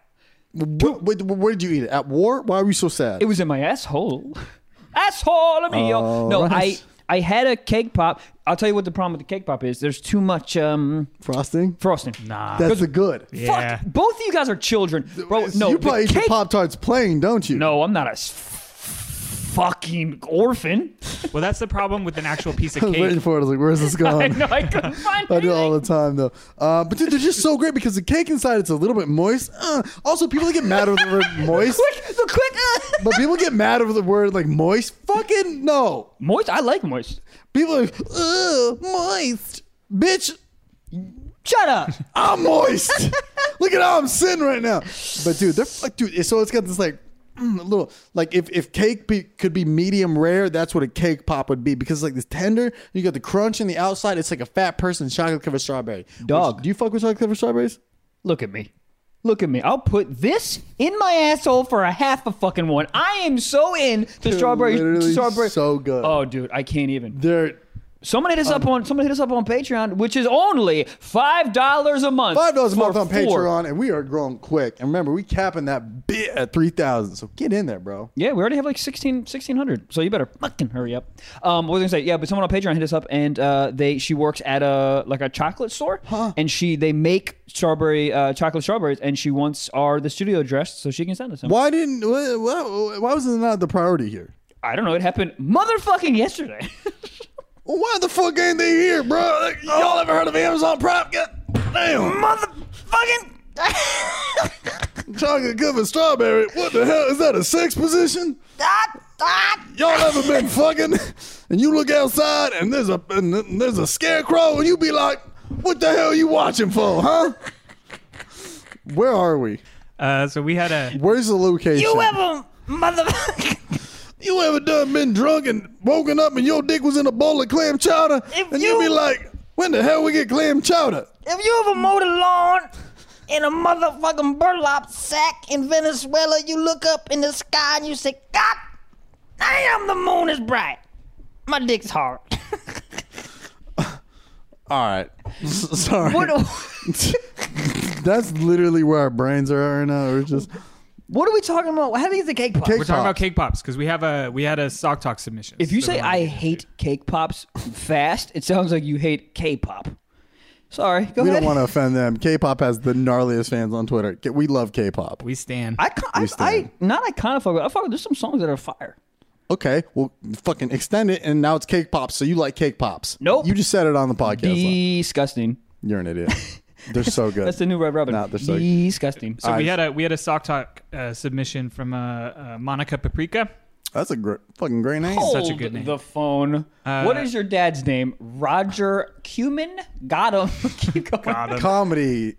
B: Wh- wh- wh- where did you eat it? At war? Why were you so sad?
A: It was in my asshole. [laughs] asshole of me.
B: Oh,
A: yo. No,
B: Alright.
A: I I had a cake pop. I'll tell you what the problem with the cake pop is. There's too much um
B: frosting.
A: frosting.
C: Nah.
B: That's the good.
C: Yeah.
A: Fuck. Both of you guys are children, bro. No,
B: you
A: the
B: probably eat
A: cake.
B: the pop tarts plain, don't you?
A: no, I'm not a s- fucking orphan. [laughs]
C: Well, that's the problem with an actual
B: [laughs]
C: piece
B: I [laughs]
C: of
B: was waiting
C: cake.
B: for it. I was like, where's
A: [laughs]
B: this
A: I
B: going?
A: know I couldn't find.
B: [laughs] I do it all
A: anything.
B: the time though. Uh, but dude, they're just so great because the cake inside it's a little bit moist. Uh, also, people get mad over the
A: [laughs]
B: word moist.
A: Quick, the quick. [laughs]
B: But people get mad over the word like moist. Fucking no.
A: moist. I like moist.
B: People are like, ugh, moist. Bitch,
A: Shut up.
B: I'm
A: [laughs]
B: moist. Look at how I'm sitting right now. But dude, they're like, dude. So it's got this like mm, little like if if cake be, could be medium rare, that's what a cake pop would be because it's like this tender. You got the crunch on the outside. It's like a fat person chocolate covered strawberry.
A: Dog.
B: Which- do you fuck with chocolate covered strawberries?
A: Look at me. Look at me. I'll put this in my asshole for a half a fucking one. I am so in to strawberry.
B: literally
A: Strawberry.
B: so good.
A: Oh, dude, I can't even.
B: They're
A: Someone hit us up on someone hit us up on Patreon, which is only five dollars a month.
B: five dollars a month
A: for
B: on
A: four.
B: Patreon, and we are growing quick. And remember, we capping that bit at three thousand. So get in there, bro.
A: Yeah, we already have like 16, 1600 So you better fucking hurry up. Um, what was I gonna say? Yeah, but someone on Patreon hit us up, and uh, they she works at a like a chocolate store, and she they make strawberry uh, chocolate strawberries, and she wants our the studio address so she can send us some.
B: Why didn't why, why, why was it not the priority here?
A: I don't know. It happened motherfucking yesterday. [laughs]
B: Well, why the fuck ain't they here, bro? Like,
A: Oh.
B: y'all ever heard of Amazon Prime? God damn, [laughs]
A: motherfucking.
B: chocolate covered strawberry. What the hell is that? A sex position? Y'all ever been fucking? And you look outside, and there's a and there's a scarecrow, and you be like, "What the hell you watching for, huh?" Where are we?
C: Uh, so we had a.
B: Where's the location? You
A: ever motherfucking.
B: You ever done been drunk and woken up and your dick was in a bowl of clam chowder?
A: If
B: and you
A: you-
B: be like, when the hell we get clam chowder?
A: If you ever mowed a lawn in a motherfucking burlap sack in Venezuela, you look up in the sky and you say, God damn, the moon is bright. My dick's hard.
B: All right. S- [laughs] Sorry.
A: What do,
B: [laughs] That's literally where our brains are right now. We're just
A: what are we talking about? How do you get the cake pops?
B: Cake-
C: We're talking
B: Pop.
C: about cake pops because we have a we had a sock talk submission.
A: if you say I hate cake pops fast, it sounds like you hate K-pop. Sorry, go
B: we
A: ahead.
B: don't want to offend them. K-pop has the gnarliest fans on Twitter. K- We love K-pop.
C: we stand.
A: [laughs] I, ca- I, I
B: stand.
A: not I kind of fuck with. I fuck with. There's some songs that are fire.
B: Okay, well, fucking extend it, and now it's cake pops. So you like cake pops?
A: Nope.
B: You just said it on the podcast.
A: Disgusting.
B: You're an idiot. They're so good.
A: That's the new Red Robin.
B: Nah, they're so-
A: Disgusting.
C: so we had a we had a sock talk uh, submission from uh, uh, Monica Paprika.
B: That's a gr- fucking great name.
A: Hold
C: such a good name. Uh,
A: the phone. what is your dad's name? Roger Cumin. Got him. [laughs] Keep going.
B: Comedy.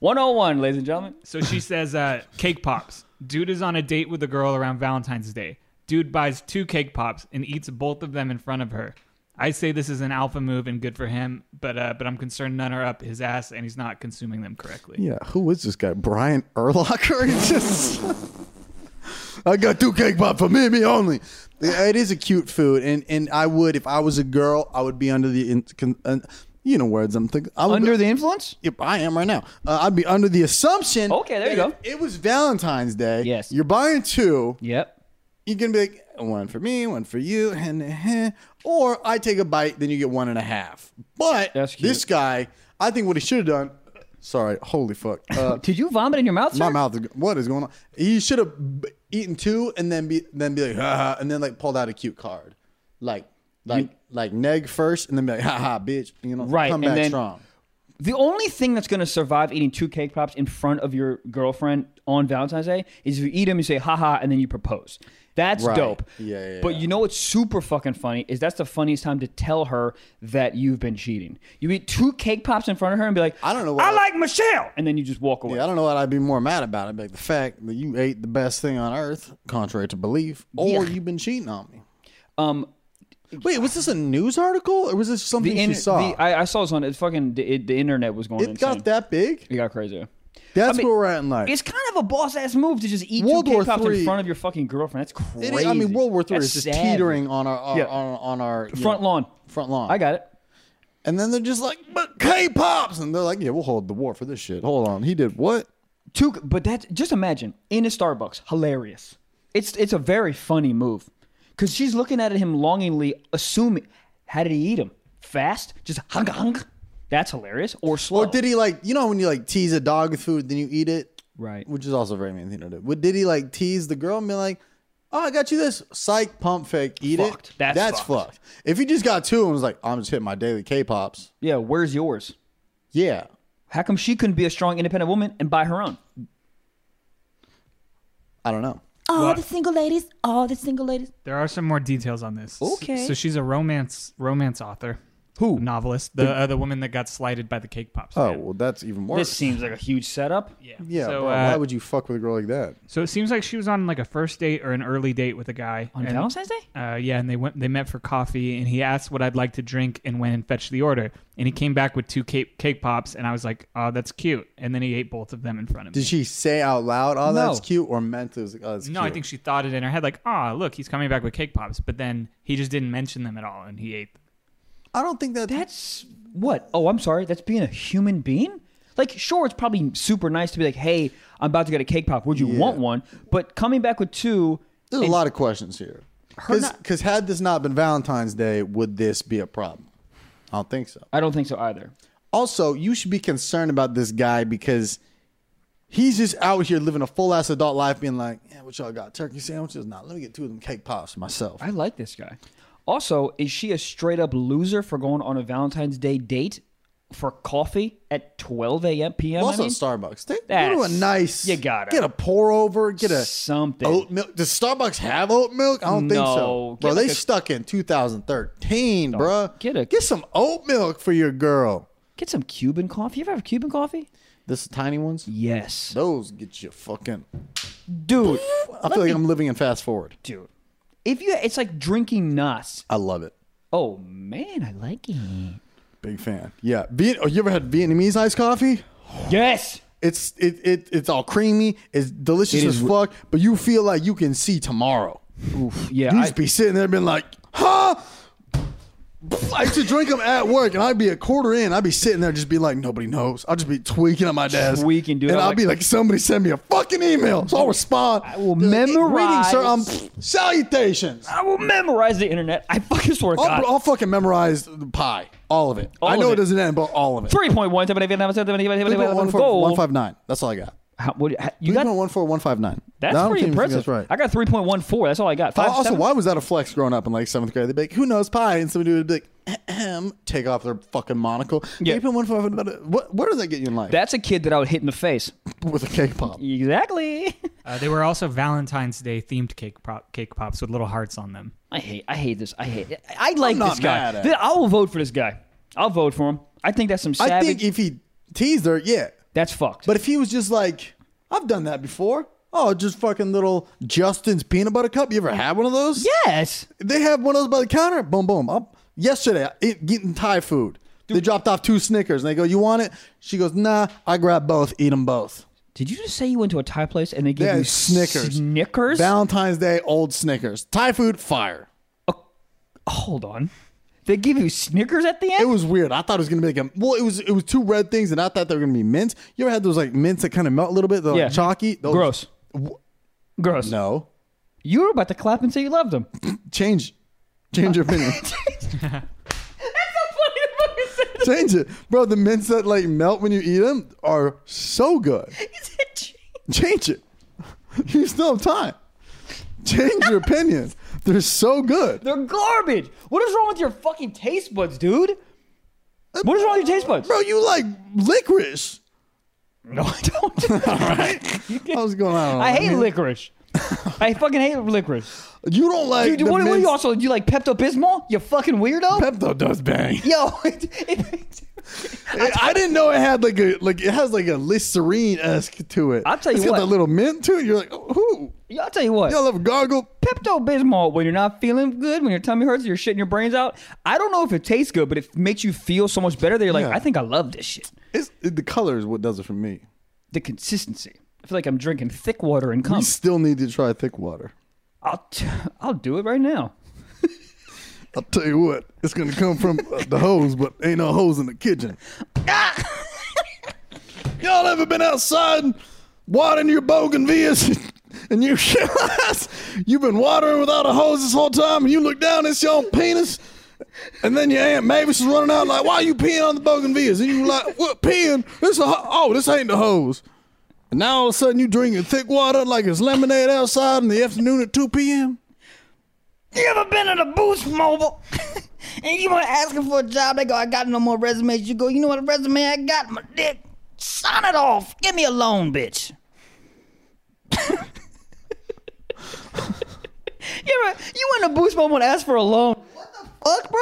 A: 101, ladies and gentlemen.
C: So she says, uh, cake pops. Dude is on a date with a girl around Valentine's Day. Dude buys two cake pops and eats both of them in front of her. I say this is an alpha move and good for him, but uh, but I'm concerned none are up his ass and he's not consuming them correctly.
B: Yeah, who is this guy? Brian Erlocker? [laughs] He just I got two cake pop for me, and me only. Yeah, It is a cute food, and and I would if I was a girl, I would be under the in, con, uh, you know words I'm thinking I would
A: Under
B: be,
A: the influence?
B: Yep, I am right now. Uh, I'd be under the assumption.
A: Okay, there you
B: that
A: go.
B: if It was Valentine's Day.
A: Yes.
B: You're buying two.
A: Yep.
B: You can be like one for me, one for you, and eh. or I take a bite, then you get one and a half. But
A: That's cute.
B: this guy, I think what he should have done. Sorry, holy fuck. Uh,
A: Did you vomit in your mouth, sir?
B: my mouth is. go- What is going on? He should have b- eaten two and then be then be like ha ha, and then like pulled out a cute card, like like like neg first and then be like ha ha bitch. You know,
A: Right,
B: Come
A: and
B: back
A: then-
B: strong.
A: The only thing that's gonna survive eating two cake pops in front of your girlfriend on Valentine's Day is if you eat them, you say haha, and then you propose. That's
B: Right.
A: dope.
B: Yeah, yeah,
A: But
B: yeah.
A: you know what's super fucking funny is that's the funniest time to tell her that you've been cheating. You eat two cake pops in front of her and be like,
B: I don't know what
A: I
B: I-
A: like Michelle, and then you just walk away.
B: [laughs] Yeah, I don't know what I'd be more mad about. I'd be like the fact that you ate the best thing on earth, contrary to belief, or
A: Yeah.
B: you've been cheating on me.
A: Um,
B: Wait, was this a news article or was this something
A: the, in,
B: she saw?
A: the I, I saw this on it. Fucking the, it, the internet was going.
B: it
A: insane.
B: got that big.
A: It got crazy. I
B: That's
A: mean,
B: where we're at in life.
A: It's kind of a boss ass move to just eat
B: World
A: two
B: War
A: cake pops in
B: Three-
A: front of your fucking girlfriend. That's
B: It
A: crazy.
B: is- I mean, World War Three
A: That's
B: is just
A: savage.
B: teetering on our, our
A: Yeah.
B: on, on our you
A: Front
B: know,
A: lawn.
B: front lawn.
A: I got it.
B: And then they're just like, but K-pops, and they're like, yeah, we'll hold the war for this shit. Hold on, he did what?
A: Two, but that's just imagine in a Starbucks. Hilarious. It's it's a very funny move, because she's looking at him longingly, assuming how did he eat him fast? Just hunk hunk. That's hilarious or slow.
B: Or did he like, you know, when you like tease a dog with food, then you eat it,
A: Right.
B: Which is also a very mean thing to do. But did he like tease the girl and be like, "Oh, I got you this psych pump fake, eat
A: Fucked.
B: it"?
A: That's
B: fucked.
A: fucked.
B: If he just got two and was like, "I'm just hitting my daily K-pops,"
A: Yeah. Where's yours?
B: yeah,
A: How come she couldn't be a strong, independent woman and buy her own?
B: I don't know.
D: All
C: What?
D: the single ladies, all the single ladies.
C: There are some more details on this.
D: Okay.
C: So she's a romance romance author.
A: Who?
C: Novelist. The uh, the woman that got slighted by the cake pops.
B: Oh,
C: man.
B: well, that's even worse.
A: This seems like a huge setup.
C: yeah.
B: [laughs] yeah,
C: So,
B: bro,
C: uh,
B: why would you fuck with a girl like that?
C: so it seems like she was on like a first date or an early date with a guy.
A: On
C: and,
A: Valentine's Day?
C: Uh, yeah, and they went. They met for coffee, and he asked what I'd like to drink, and went and fetched the order. And he came back with two cake, cake pops, and I was like, "Oh, that's cute." And then he ate both of them in front of me.
B: Did she say out loud, "Oh,
A: No.
B: that's cute," or mentally was like, "Oh, that's
C: no, I
B: cute"?
C: think she thought it in her head, like, "Ah, look, he's coming back with cake pops." But then he just didn't mention them at all, and he ate. Them.
B: I don't think that.
A: That's what? Oh, I'm sorry. That's being a human being? Like, sure, it's probably super nice to be like, hey, I'm about to get a cake pop. Would you
B: Yeah.
A: want one? But coming back with two,
B: There's a lot of questions here.
A: not-
B: Because had this not been Valentine's Day, would this be a problem? I don't think so.
A: I don't think so either.
B: Also, you should be concerned about this guy because he's just out here living a full ass adult life, being like, "Yeah, what y'all got? Turkey sandwiches? Nah, let me get two of them cake pops myself."
A: I like this guy. Also, is she a straight up loser for going on a Valentine's Day date for coffee at 12 a.m. p.m.? I
B: also,
A: mean?
B: Starbucks. Take, go to a
A: That's-
B: nice.
A: you gotta.
B: get a pour over. Get a
A: Something.
B: oat milk. Does Starbucks have oat milk? I don't think so,
A: No.
B: bro.
A: Get
B: they
A: like a-
B: stuck in 2013, bro.
A: Get a-
B: get some oat milk for your girl.
A: Get some Cuban coffee. You ever have Cuban coffee?
B: This tiny ones.
A: Yes.
B: Those get you fucking.
A: Dude.
B: I feel like I'm living in fast forward.
A: Dude. If you, it's like drinking Nas.
B: I love it.
A: Oh man, I like it.
B: Big fan. Yeah. Viet- oh, you ever had Vietnamese iced coffee?
A: Yes.
B: It's it, it it's all creamy. It's delicious
A: It
B: as
A: is-
B: fuck. But you feel like you can see tomorrow.
A: Oof. Yeah.
B: You
A: I,
B: just be sitting there being like, huh? I used to drink them at work, and I'd be a quarter in. I'd be sitting there, just be like, nobody knows. I'll just be tweaking on my desk,
A: Tweaking, dude.
B: and
A: I'm
B: I'll
A: like-
B: be like, somebody send me a fucking email, so I'll respond. I
A: will
B: Reading, sir. Um,
A: memorize-
B: salutations.
A: I will memorize the internet. I fucking swear to God.
B: I'll, I'll fucking memorize the pie, all of it.
A: All
B: I know
A: of
B: it.
A: it.
B: doesn't end, but all of it.
A: Three point one seven eight nine seven eight nine seven eight
B: One
A: nine
B: four one
A: goal.
B: five nine. That's all I got.
A: How- what- how- You
B: You got
A: got
B: one four one five nine.
A: that's
B: No, I don't
A: pretty
B: think
A: impressive.
B: That's right.
A: I got three point one four. That's all I got. Five,
B: also,
A: seven-
B: why was that a flex growing up in like seventh grade? They'd be like, "Who knows pie?" And somebody would be like, "Ahem," take off their fucking monocle.
A: Yeah.
B: Yeah. Put one four, what? Where does that get you in life?
A: That's a kid that I would hit in the face.
B: with a cake pop.
A: Exactly.
C: Uh, they were also Valentine's Day themed cake pop, cake pops with little hearts on them.
A: I hate. I hate this. I hate. I like
B: not
A: this guy.
B: mad at
A: Dude, I will vote for this guy. I'll vote for him. I think that's some savage.
B: I think if he teased her, yeah.
A: that's fucked.
B: But if he was just like, "I've done that before." Oh, just fucking little Justin's peanut butter cup. You ever had one of those?
A: yes.
B: They have one of those by the counter. Boom, boom. Up yesterday, I- it, getting Thai food. They dropped off two Snickers, and they go, "You want it?" She goes, "Nah, I grab both, eat them both."
A: Did you just say you went to a Thai place and they gave
B: Yeah,
A: you
B: Snickers.
A: Snickers.
B: Valentine's Day, old Snickers. Thai food, fire.
A: Hold on. They give you Snickers at the
B: It
A: end.
B: was weird. I thought it was gonna be like a well, it was it was two red things, and I thought they were gonna be mints. You ever had those like mints that kind of melt a little bit? They're
A: Yeah.
B: like chalky. Those-
A: Gross. Gross.
B: No,
A: You were about to clap and say you loved him.
B: change, change
A: [laughs]
B: your opinion.
A: That's so funny.
B: change it, bro. The mints that like melt when you eat them are
A: [laughs]
B: so good. Change it. [laughs] You still have time. Change your opinion. They're so good.
A: They're garbage. What is wrong with your fucking taste buds, dude? What is wrong with your taste buds?
B: Bro, you like licorice.
A: No, I
B: [laughs]
A: don't. [laughs]
B: What was going on?
A: I hate
B: mean,
A: licorice. I fucking hate licorice.
B: You don't like.
A: Dude,
B: the
A: what, what do
B: mints-
A: you also do? You like Pepto Bismol? You fucking weirdo.
B: Pepto does bang.
A: [laughs] Yo, it, it- [laughs]
B: I, I didn't know it had like a like it has like a Listerine esque to it.
A: I'll tell you
B: it's got
A: what.
B: that little mint to it. You're like, oh, who?
A: Yo, I'll tell you what.
B: Y'all love gargle.
A: Pepto Bismol, when you're not feeling good, when your tummy hurts, you're shitting your brains out. I don't know if it tastes good, but it makes you feel so much better that you're like,
B: Yeah.
A: I think I love this shit.
B: It's it, the color is what does it for me.
A: The consistency. I feel like I'm drinking thick water and cum.
B: You still need to try thick water.
A: I'll t- I'll do it right now. [laughs]
B: I'll tell you what, it's gonna come from uh, the hose, but ain't no hose in the kitchen. Y'all ever been outside watering your bougainvilleas [laughs] and you realize you've been watering without a hose this whole time, and you look down, it's your own penis, and then your aunt Mavis is running out like, "Why you peeing on the bougainvilleas?" And you like, "What peeing? This a ho- oh, this ain't the hose." And now all of a sudden you drinking thick water like it's lemonade outside in the afternoon at two p.m.
D: [laughs] You ever been in a Boost Mobile [laughs] and you want to ask them for a job? They go, I got no more resumes. You go, you know what resume I got? My dick. Sign it off. Give me a loan, bitch.
A: You ever, you in a boost moment and ask for a loan? What the fuck, bro?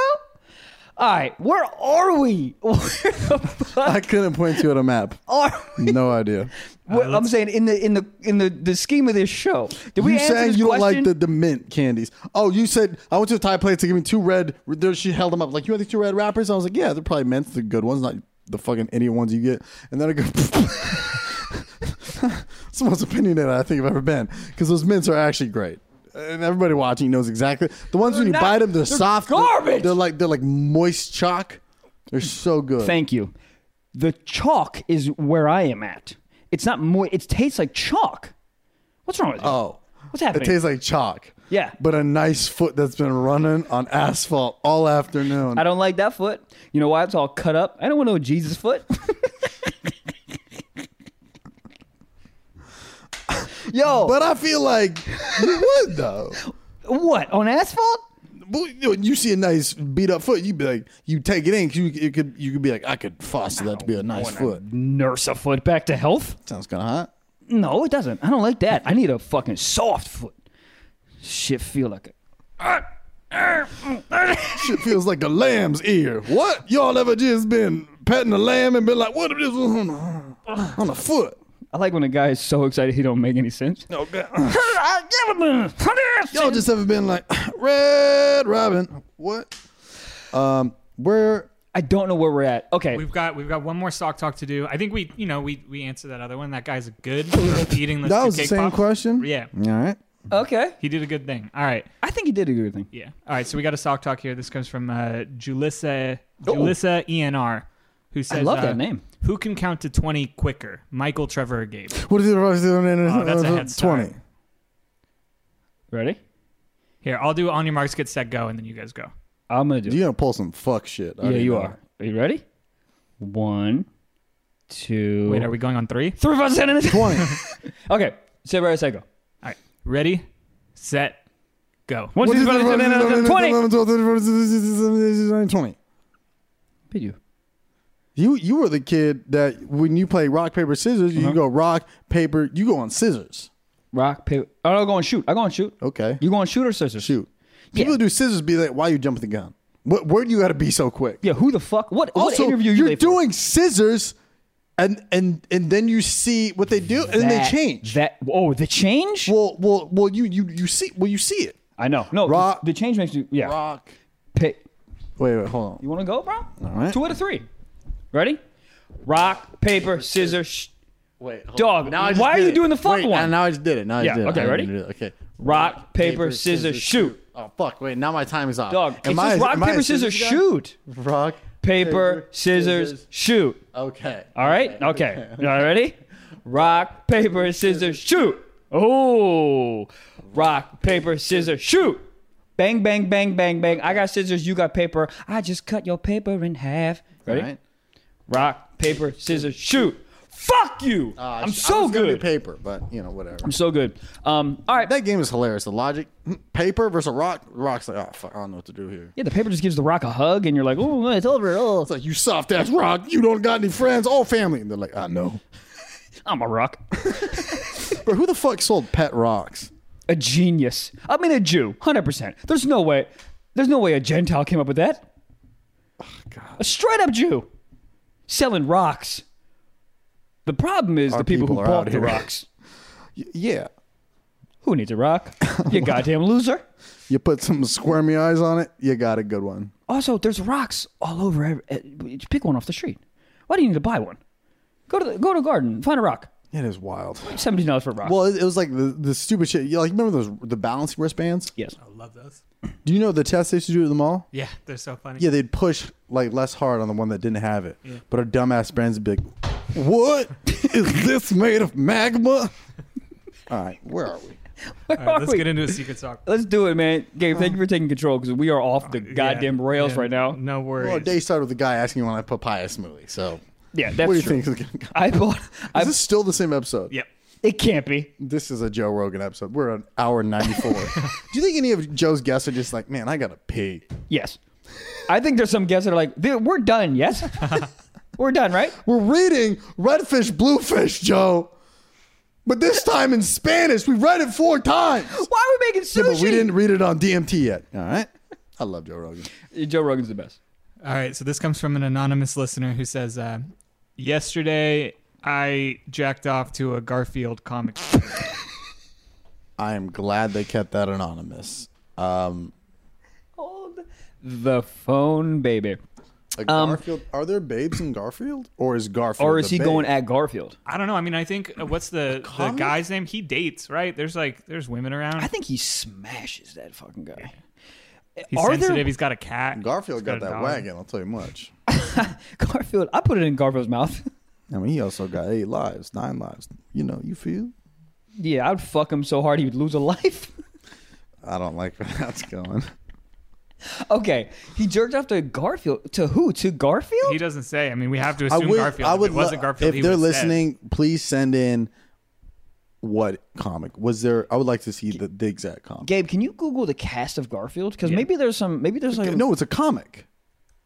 A: All right, where are we? [laughs] Where the fuck
B: I couldn't point you at a map.
A: [laughs] are we?
B: No idea.
A: What- I'm saying in the in the in the, the scheme of this show, did we
B: you
A: answer
B: saying
A: this
B: you don't
A: question?
B: like the, the mint candies? Oh, you said I went to a Thai place to give me two red. there- She held them up like you had these two red wrappers. I was like, yeah, they're probably mints, the good ones, not the fucking idiot ones you get. And then I go, [laughs] it's the most opinionated I think I've ever been because those mints are actually great. And everybody watching knows exactly the ones when you
A: not-
B: bite them, they're,
A: they're
B: soft, they're-
A: garbage!
B: They're like they're like moist chalk. They're so good.
A: Thank you. The chalk is where I am at. It's not more. It tastes like chalk. What's wrong with you?
B: Oh.
A: What's happening?
B: It tastes like chalk.
A: Yeah.
B: But a nice foot that's been running on asphalt all afternoon.
A: I don't like that foot. You know why? It's all cut up. I don't want no Jesus
B: [laughs]
A: foot. Yo,
B: but I feel like you would [laughs] though.
A: what on asphalt?
B: But, you know, you see a nice beat up foot, you'd be like, you take it in 'cause you it could you could be like, I could foster that to be a nice foot.
A: Nurse a foot back to health?
B: Sounds kind of hot.
A: No, it doesn't. I don't like that. I need a fucking soft foot. Shit, feel like it.
B: Shit feels like a lamb's ear. What y'all ever just been petting a lamb and been like, what if this was on a, [sighs] on a foot?
A: I like when a guy is so excited he don't make any sense.
B: No, God.
A: I never been-
B: Y'all just ever been like, [sighs] Red Robin? What? Um, where?
A: I don't know where we're at. Okay,
C: We've got we've got one more sock talk to do. I think we you know we we answered that other one. That guy's
B: [laughs]
C: good for eating those
B: That
C: two
B: was the
C: cake
B: same
C: pops.
B: question.
C: Yeah,
B: All right.
A: okay.
C: he did a good thing. All right,
A: I think he did a good thing.
C: yeah. All right, so we got a sock talk here. This comes from uh, Julissa Julissa ENR, who says,
A: Oh. love
C: uh,
A: that name.
C: Who can count to twenty quicker? Michael, Trevor, or Gabe?
B: What is it? Oh,
C: that's a head start.
B: Twenty.
A: Ready?
C: Here, I'll do on your marks, get set, go, and then you guys go.
A: I'm gonna do. it.
B: You're gonna pull some fuck shit.
A: yeah,
B: I already
A: you
B: know.
A: are. Are you ready? One, two.
C: Wait, are we going on three?
A: three five seven? [laughs]
B: Twenty.
A: Okay, say where I say go.
C: All right, ready, set, go.
A: One,
B: What
A: two,
B: is
A: three,
B: it?
A: five, seven, eight, nine, Twenty.
B: Twenty.
A: Beat you.
B: You you were the kid that when you play rock paper scissors,
A: Uh-huh.
B: you go rock paper. You go on scissors.
A: Rock paper. Oh, no, go and shoot. I go and shoot.
B: Okay.
A: You go and shoot or scissors?
B: Shoot. People who do scissors be like, why you jumping the gun? What where do you got to be so quick?
A: Yeah. Who the fuck? What?
B: Also,
A: what interview you
B: you're
A: late for?
B: doing scissors, and and and then you see what they do, and
A: That-
B: they change.
A: That. Oh, the change.
B: well, well, well. You you you see. Well, you see it.
A: I know. No. 'cause
B: Rock-
A: The change makes you. Yeah.
B: Rock.
A: Pick.
B: Wait, wait, hold on.
A: You want to go, bro? All
B: right.
A: Two out of three. Ready? Rock, paper, scissors. Sh-
B: Wait, hold
A: Dog,
B: on. Now I just
A: why are
B: did
A: you
B: it.
A: doing the fuck
B: Wait,
A: one?
B: uh, Now I just did it. Now I
A: Yeah,
B: just did it.
A: okay,
B: I didn't
A: ready?
B: do it. Okay.
A: Rock, paper, scissors, shoot.
B: Oh fuck! Wait, now my time is off.
A: Dog. it's
B: Am I-
A: just rock,
B: am I a
A: paper, scissors,
B: guy?
A: shoot.
B: Rock,
A: Paper, scissors, shoot.
B: Okay.
A: All right? Okay. Y'all ready? Rock, paper, scissors, shoot. Oh. Rock, paper, scissors, shoot. Bang, bang, bang, bang, bang. I got scissors, you got paper. I just cut your paper in half. Ready?
B: All right.
A: Rock, paper, scissors, shoot. Fuck you.
B: Uh,
A: I'm
B: I
A: so
B: was gonna do
A: good.
B: Paper, but you know whatever.
A: I'm so good. Um, all right.
B: That game is hilarious. The logic, hmm, paper versus rock. Rock's like, oh fuck, I don't know what to do here.
A: yeah, the paper just gives the rock a hug, and you're like, oh, it's over.
B: [laughs]
A: Oh,
B: It's like you soft ass rock. You don't got any friends. All family. And they're like, I know.
A: I'm a rock.
B: Bro, who the fuck sold pet rocks?
A: a genius. I mean, a Jew, hundred percent. There's no way. There's no way a Gentile came up with that. A straight up Jew selling rocks. The problem is
B: Our
A: the people,
B: people
A: who
B: are
A: bought
B: out
A: the
B: here.
A: rocks.
B: Y- yeah,
A: Who needs a
B: [laughs]
A: rock? You goddamn loser.
B: you put some squirmy eyes on it. You got a good one.
A: Also, there's rocks all over. ev- eh, Just pick one off the street. Why do you need to buy one? Go to the, go to a garden, find a rock.
B: It is wild.
A: Seventeen dollars for a rock.
B: Well, it, it was like the, the stupid shit. You like remember those the balance wristbands?
A: yes.
C: I love those.
B: Do you know the tests they used to do at the mall?
C: Yeah, they're so funny.
B: Yeah, they'd push like less hard on the one that didn't have it. But our dumbass friends would be like, "What [laughs] is this made of magma?" [laughs] All right, where are we?
A: Where [laughs]
C: All right,
A: are
C: let's
A: we?
C: get into a secret talk.
A: Let's do it, man. Gabe, thank you for taking control because we are off the
C: uh,
A: [laughs]
C: Yeah,
A: goddamn rails
C: yeah,
A: right now. Oh,
C: No worries.
B: Well, day started with the guy asking when I papaya smoothie. So,
A: Yeah, that's
B: what do you
A: true.
B: think is going to come?
A: [laughs] I bought. I,
B: Is this still the same episode?
C: yep.
A: it can't be.
B: This is a Joe Rogan episode. We're on hour 94. do you think any of Joe's guests are just like, man, I got to pee?
A: Yes, I think there's some guests that are like, "Dude, we're done. [laughs] Yes, we're done. Right?
B: We're reading Redfish, Bluefish, Joe. But this time in Spanish, we read it four times.
A: Why are we making
B: Yeah,
A: sushi?
B: but we didn't read it on DMT yet. All right. I love Joe Rogan.
A: Joe Rogan's the best.
C: All right, so this comes from an anonymous listener who says, uh, "Yesterday I jacked off to a Garfield comic."
B: I am glad they kept that anonymous. Um,
A: Hold the phone, baby.
B: like
A: Um,
B: Garfield, are there babes in Garfield, or is Garfield?
A: Or is
B: the
A: he
B: babe?
A: going at Garfield?
C: I don't know. I mean, I think uh, what's the the
B: comic?
C: guy's name? He dates, right? There's like there's women around.
A: I think he smashes that fucking guy.
C: He's
A: Are there-
C: sensitive. He's got a cat.
B: Garfield
C: He's
B: got
C: a
B: that
C: dog.
B: wagon. I'll tell you much.
A: [laughs] Garfield. I put it in Garfield's mouth. [laughs]
B: I mean, he also got eight lives, nine lives. You know, you feel?
A: yeah, I'd fuck him so hard he would lose a life. [laughs]
B: I don't like where that's going.
A: okay, he jerked off to Garfield. To who? To Garfield?
C: He doesn't say. I mean, we have to
B: I
C: assume
B: would.
C: Garfield.
B: I
C: If
B: would.
C: it wasn't
B: lo-
C: Garfield. he
B: if they're
C: would've said.
B: listening, please send in what comic was there. I would like to see the, the exact comic.
A: Gabe, can you Google the cast of Garfield? Because maybe there's some. Maybe there's like
B: no, it's a comic.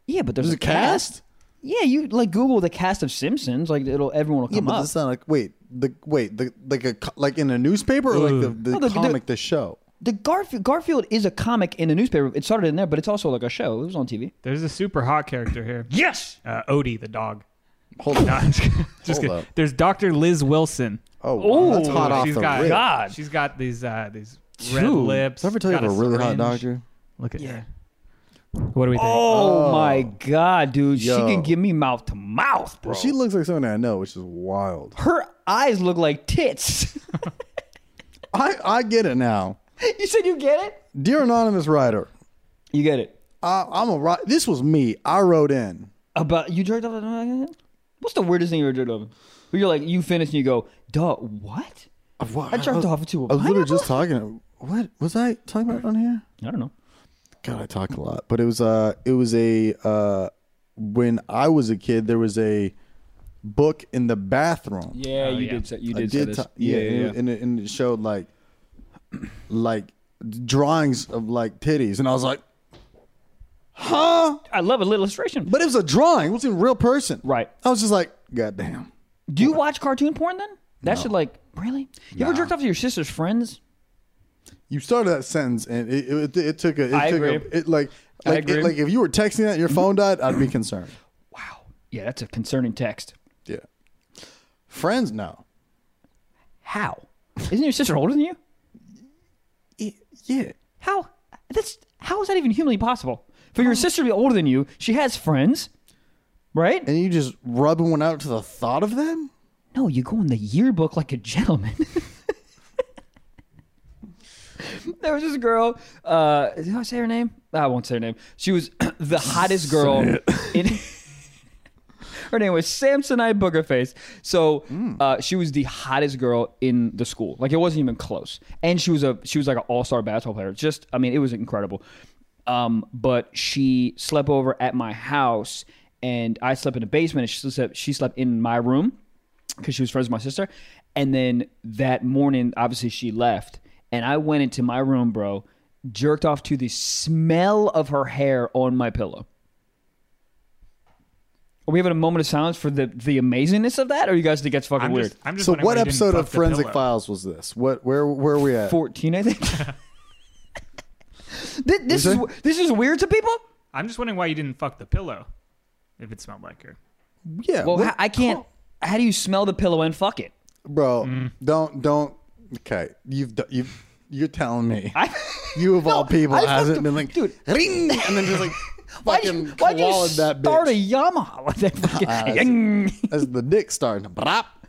A: Yeah, but there's,
B: There's a cast.
A: Yeah, you like Google the cast of Simpsons, like it'll everyone will
B: Yeah,
A: come
B: but
A: up.
B: it's um, not like wait the wait the like a co- like in a newspaper or like the, the
A: No, the- the-
B: comic the, show.
A: The Garfield Garfield is a comic in a newspaper. It started in there, but it's also like a show. It was on TV.
C: There's a super hot character here.
A: Yes.
C: Uh, Odie the dog.
A: [laughs]
B: Hold on.
C: No, I'm just kidding. Just
B: Hold
C: kidding.
B: up.
C: There's Dr. Liz Wilson.
B: Oh, wow, that's
A: Ooh,
B: hot off
C: she's
B: the
C: got,
B: rip. Did
A: God.
C: She's got these uh, these red
A: Dude.
C: lips.
B: I ever tell you
C: got
B: about a really hot
C: syringe.
B: doctor?
C: Look at
A: Yeah.
C: her. What do we think?
A: Oh, my god, dude,
B: Yo.
A: she can give me mouth to mouth, bro.
B: She looks like someone I know, which is wild.
A: her eyes look like tits. [laughs]
B: I I get it now.
A: you said you get it?
B: Dear anonymous writer,
A: You get it.
B: I, I'm a ri- this was me. I wrote in.
A: About you jerked off. What's the weirdest thing you ever jerked off? Where you're like you finish and you go, duh, what? I jerked off to a
B: I was literally
A: pineapple?
B: just talking. What was I talking about on here?
A: I don't know.
B: God, I talk a lot, but it was uh it was a uh when I was a kid there was a book in the bathroom.
A: Yeah, you
C: yeah.
A: did. Say, you
B: I
A: did. say this.
B: ta- yeah, and, and it, and it showed like [clears throat] like drawings of like titties, and I was like, huh?
A: I love a little illustration.
B: But it was a drawing. It wasn't a real person.
A: Right.
B: I was just like, goddamn.
A: Do you watch cartoon porn then? That should like really. You ever jerked off to your sister's friends?
B: You started that sentence, and it it, it took a. It
A: I
B: took
A: agree.
B: A, it like like
A: agree.
B: it, like if you were texting that and your phone died, I'd be concerned.
A: Wow. Yeah, that's a concerning text.
B: Yeah. Friends, no.
A: How? Isn't your sister older than you?
B: Y- yeah.
A: How? That's how is that even humanly possible? For your sister to be older than you, she has friends, right?
B: And you just rubbing one out to the thought of them.
A: No, you go in the yearbook like a gentleman. [laughs] there was this girl. Uh, did I say her name? I won't say her name. She was [clears throat] the hottest girl. [laughs] In, her name was Samsonite Boogerface. So uh, she was the hottest girl in the school. Like it wasn't even close. And she was a she was like an all star basketball player. Just I mean, it was incredible. Um, but she slept over at my house, and I slept in the basement, and she slept she slept in my room because she was friends with my sister. And then that morning, obviously, she left, and I went into my room, bro, jerked off to the smell of her hair on my pillow. Are we having a moment of silence for the the amazingness of that? Or you guys think that's fucking
C: I'm
A: weird?
C: just, I'm just
B: So
C: wondering
B: what
C: why you didn't
B: episode
C: fuck
B: of
C: the
B: Forensic
C: pillow.
B: Files was this? What where where are we at?
A: Fourteen, I [laughs] think. Th- this is
B: What'd you
A: this is weird to people.
C: I'm just wondering why you didn't fuck the pillow if it smelled like her.
B: yeah.
A: Well,
B: what-
A: how- I can't. How do you smell the pillow and fuck it?
B: bro,
A: Mm.
B: don't don't okay. You've d- you you're telling me. you
A: [laughs]
B: of all people
A: I
B: hasn't
A: fucked-
B: been like
A: dude.
B: ring and then just
A: [laughs]
B: like
A: Why do
B: fucking
A: you, why do you
B: koalaed that
A: start
B: bitch.
A: a Yamaha with [laughs] that fucking?
B: That's the dick starting to brop.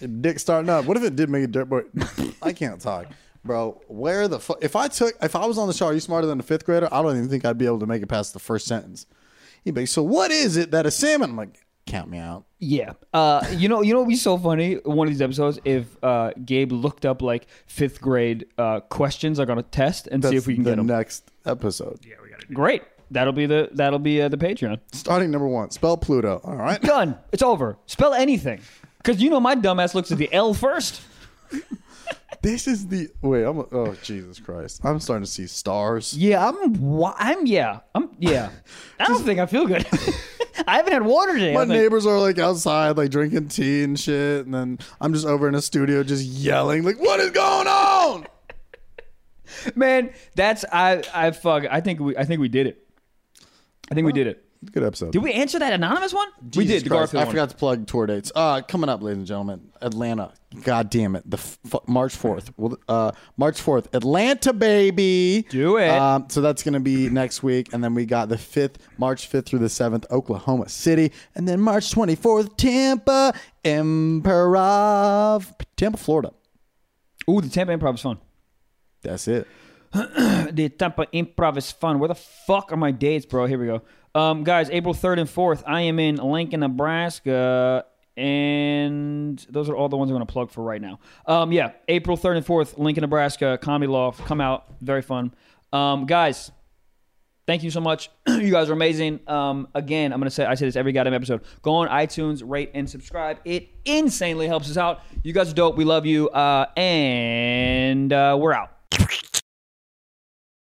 B: The dick starting up. What if it did make a dirt boy? [laughs] I can't talk. Bro, where the fuck? If I took, if I was on the show, are you smarter than a fifth grader? I don't even think I'd be able to make it past the first sentence. He'd be, so what is it that a salmon? I'm like, count me out.
A: [laughs] Yeah. Uh, you know, you know, what would be so funny one of these episodes if uh, Gabe looked up like fifth grade uh, questions like on a test and see if we can
B: the
A: get them.
B: next episode.
C: Yeah, we gotta do
A: Great. That'll be the that'll be uh, the Patreon.
B: Starting number one, spell Pluto. All right.
A: Done. It's over. Spell anything, because you know my dumbass looks at the L first.
B: This is the wait. I'm oh Jesus Christ! I'm starting to see stars.
A: Yeah, I'm. wa- I'm. Yeah, I'm. [laughs] Yeah. I don't think I feel [laughs] good. I haven't had water today.
B: My
A: I'm like,
B: neighbors are like outside, like drinking tea and shit, and then I'm just over in a studio, just yelling, like, "What is going on?"
A: man, that's I. I fuck. I think we. I think we did it. I think we did it.
B: Good episode.
A: Did we answer that anonymous one? we did.
B: Jesus
A: The
B: Christ,
A: Garfield
B: I
A: one.
B: forgot to plug tour dates. Uh, coming up, ladies and gentlemen, Atlanta. God damn it! The f- March fourth.
A: Hmm.
B: Well, uh, March fourth, Atlanta, baby.
A: Do it.
B: Um, so that's gonna be next week, and then we got the fifth, March fifth through the seventh, Oklahoma City, and then March twenty fourth, Tampa Improv, Tampa, Florida.
A: Ooh, the Tampa Improv is fun.
B: That's it.
A: The Tampa Improv is fun. Where the fuck are my dates, bro? Here we go. Um, guys, April 3rd and 4th, I am in Lincoln, Nebraska. And those are all the ones I'm going to plug for right now. Um, yeah, April 3rd and 4th, Lincoln, Nebraska, Comedy Loft. Come out. Very fun. Um, guys, thank you so much. [clears throat] you guys are amazing. Um, again, I'm gonna say I say this every goddamn episode. Go on iTunes, rate and subscribe. It insanely helps us out. You guys are dope. We love you. Uh, and uh, we're out.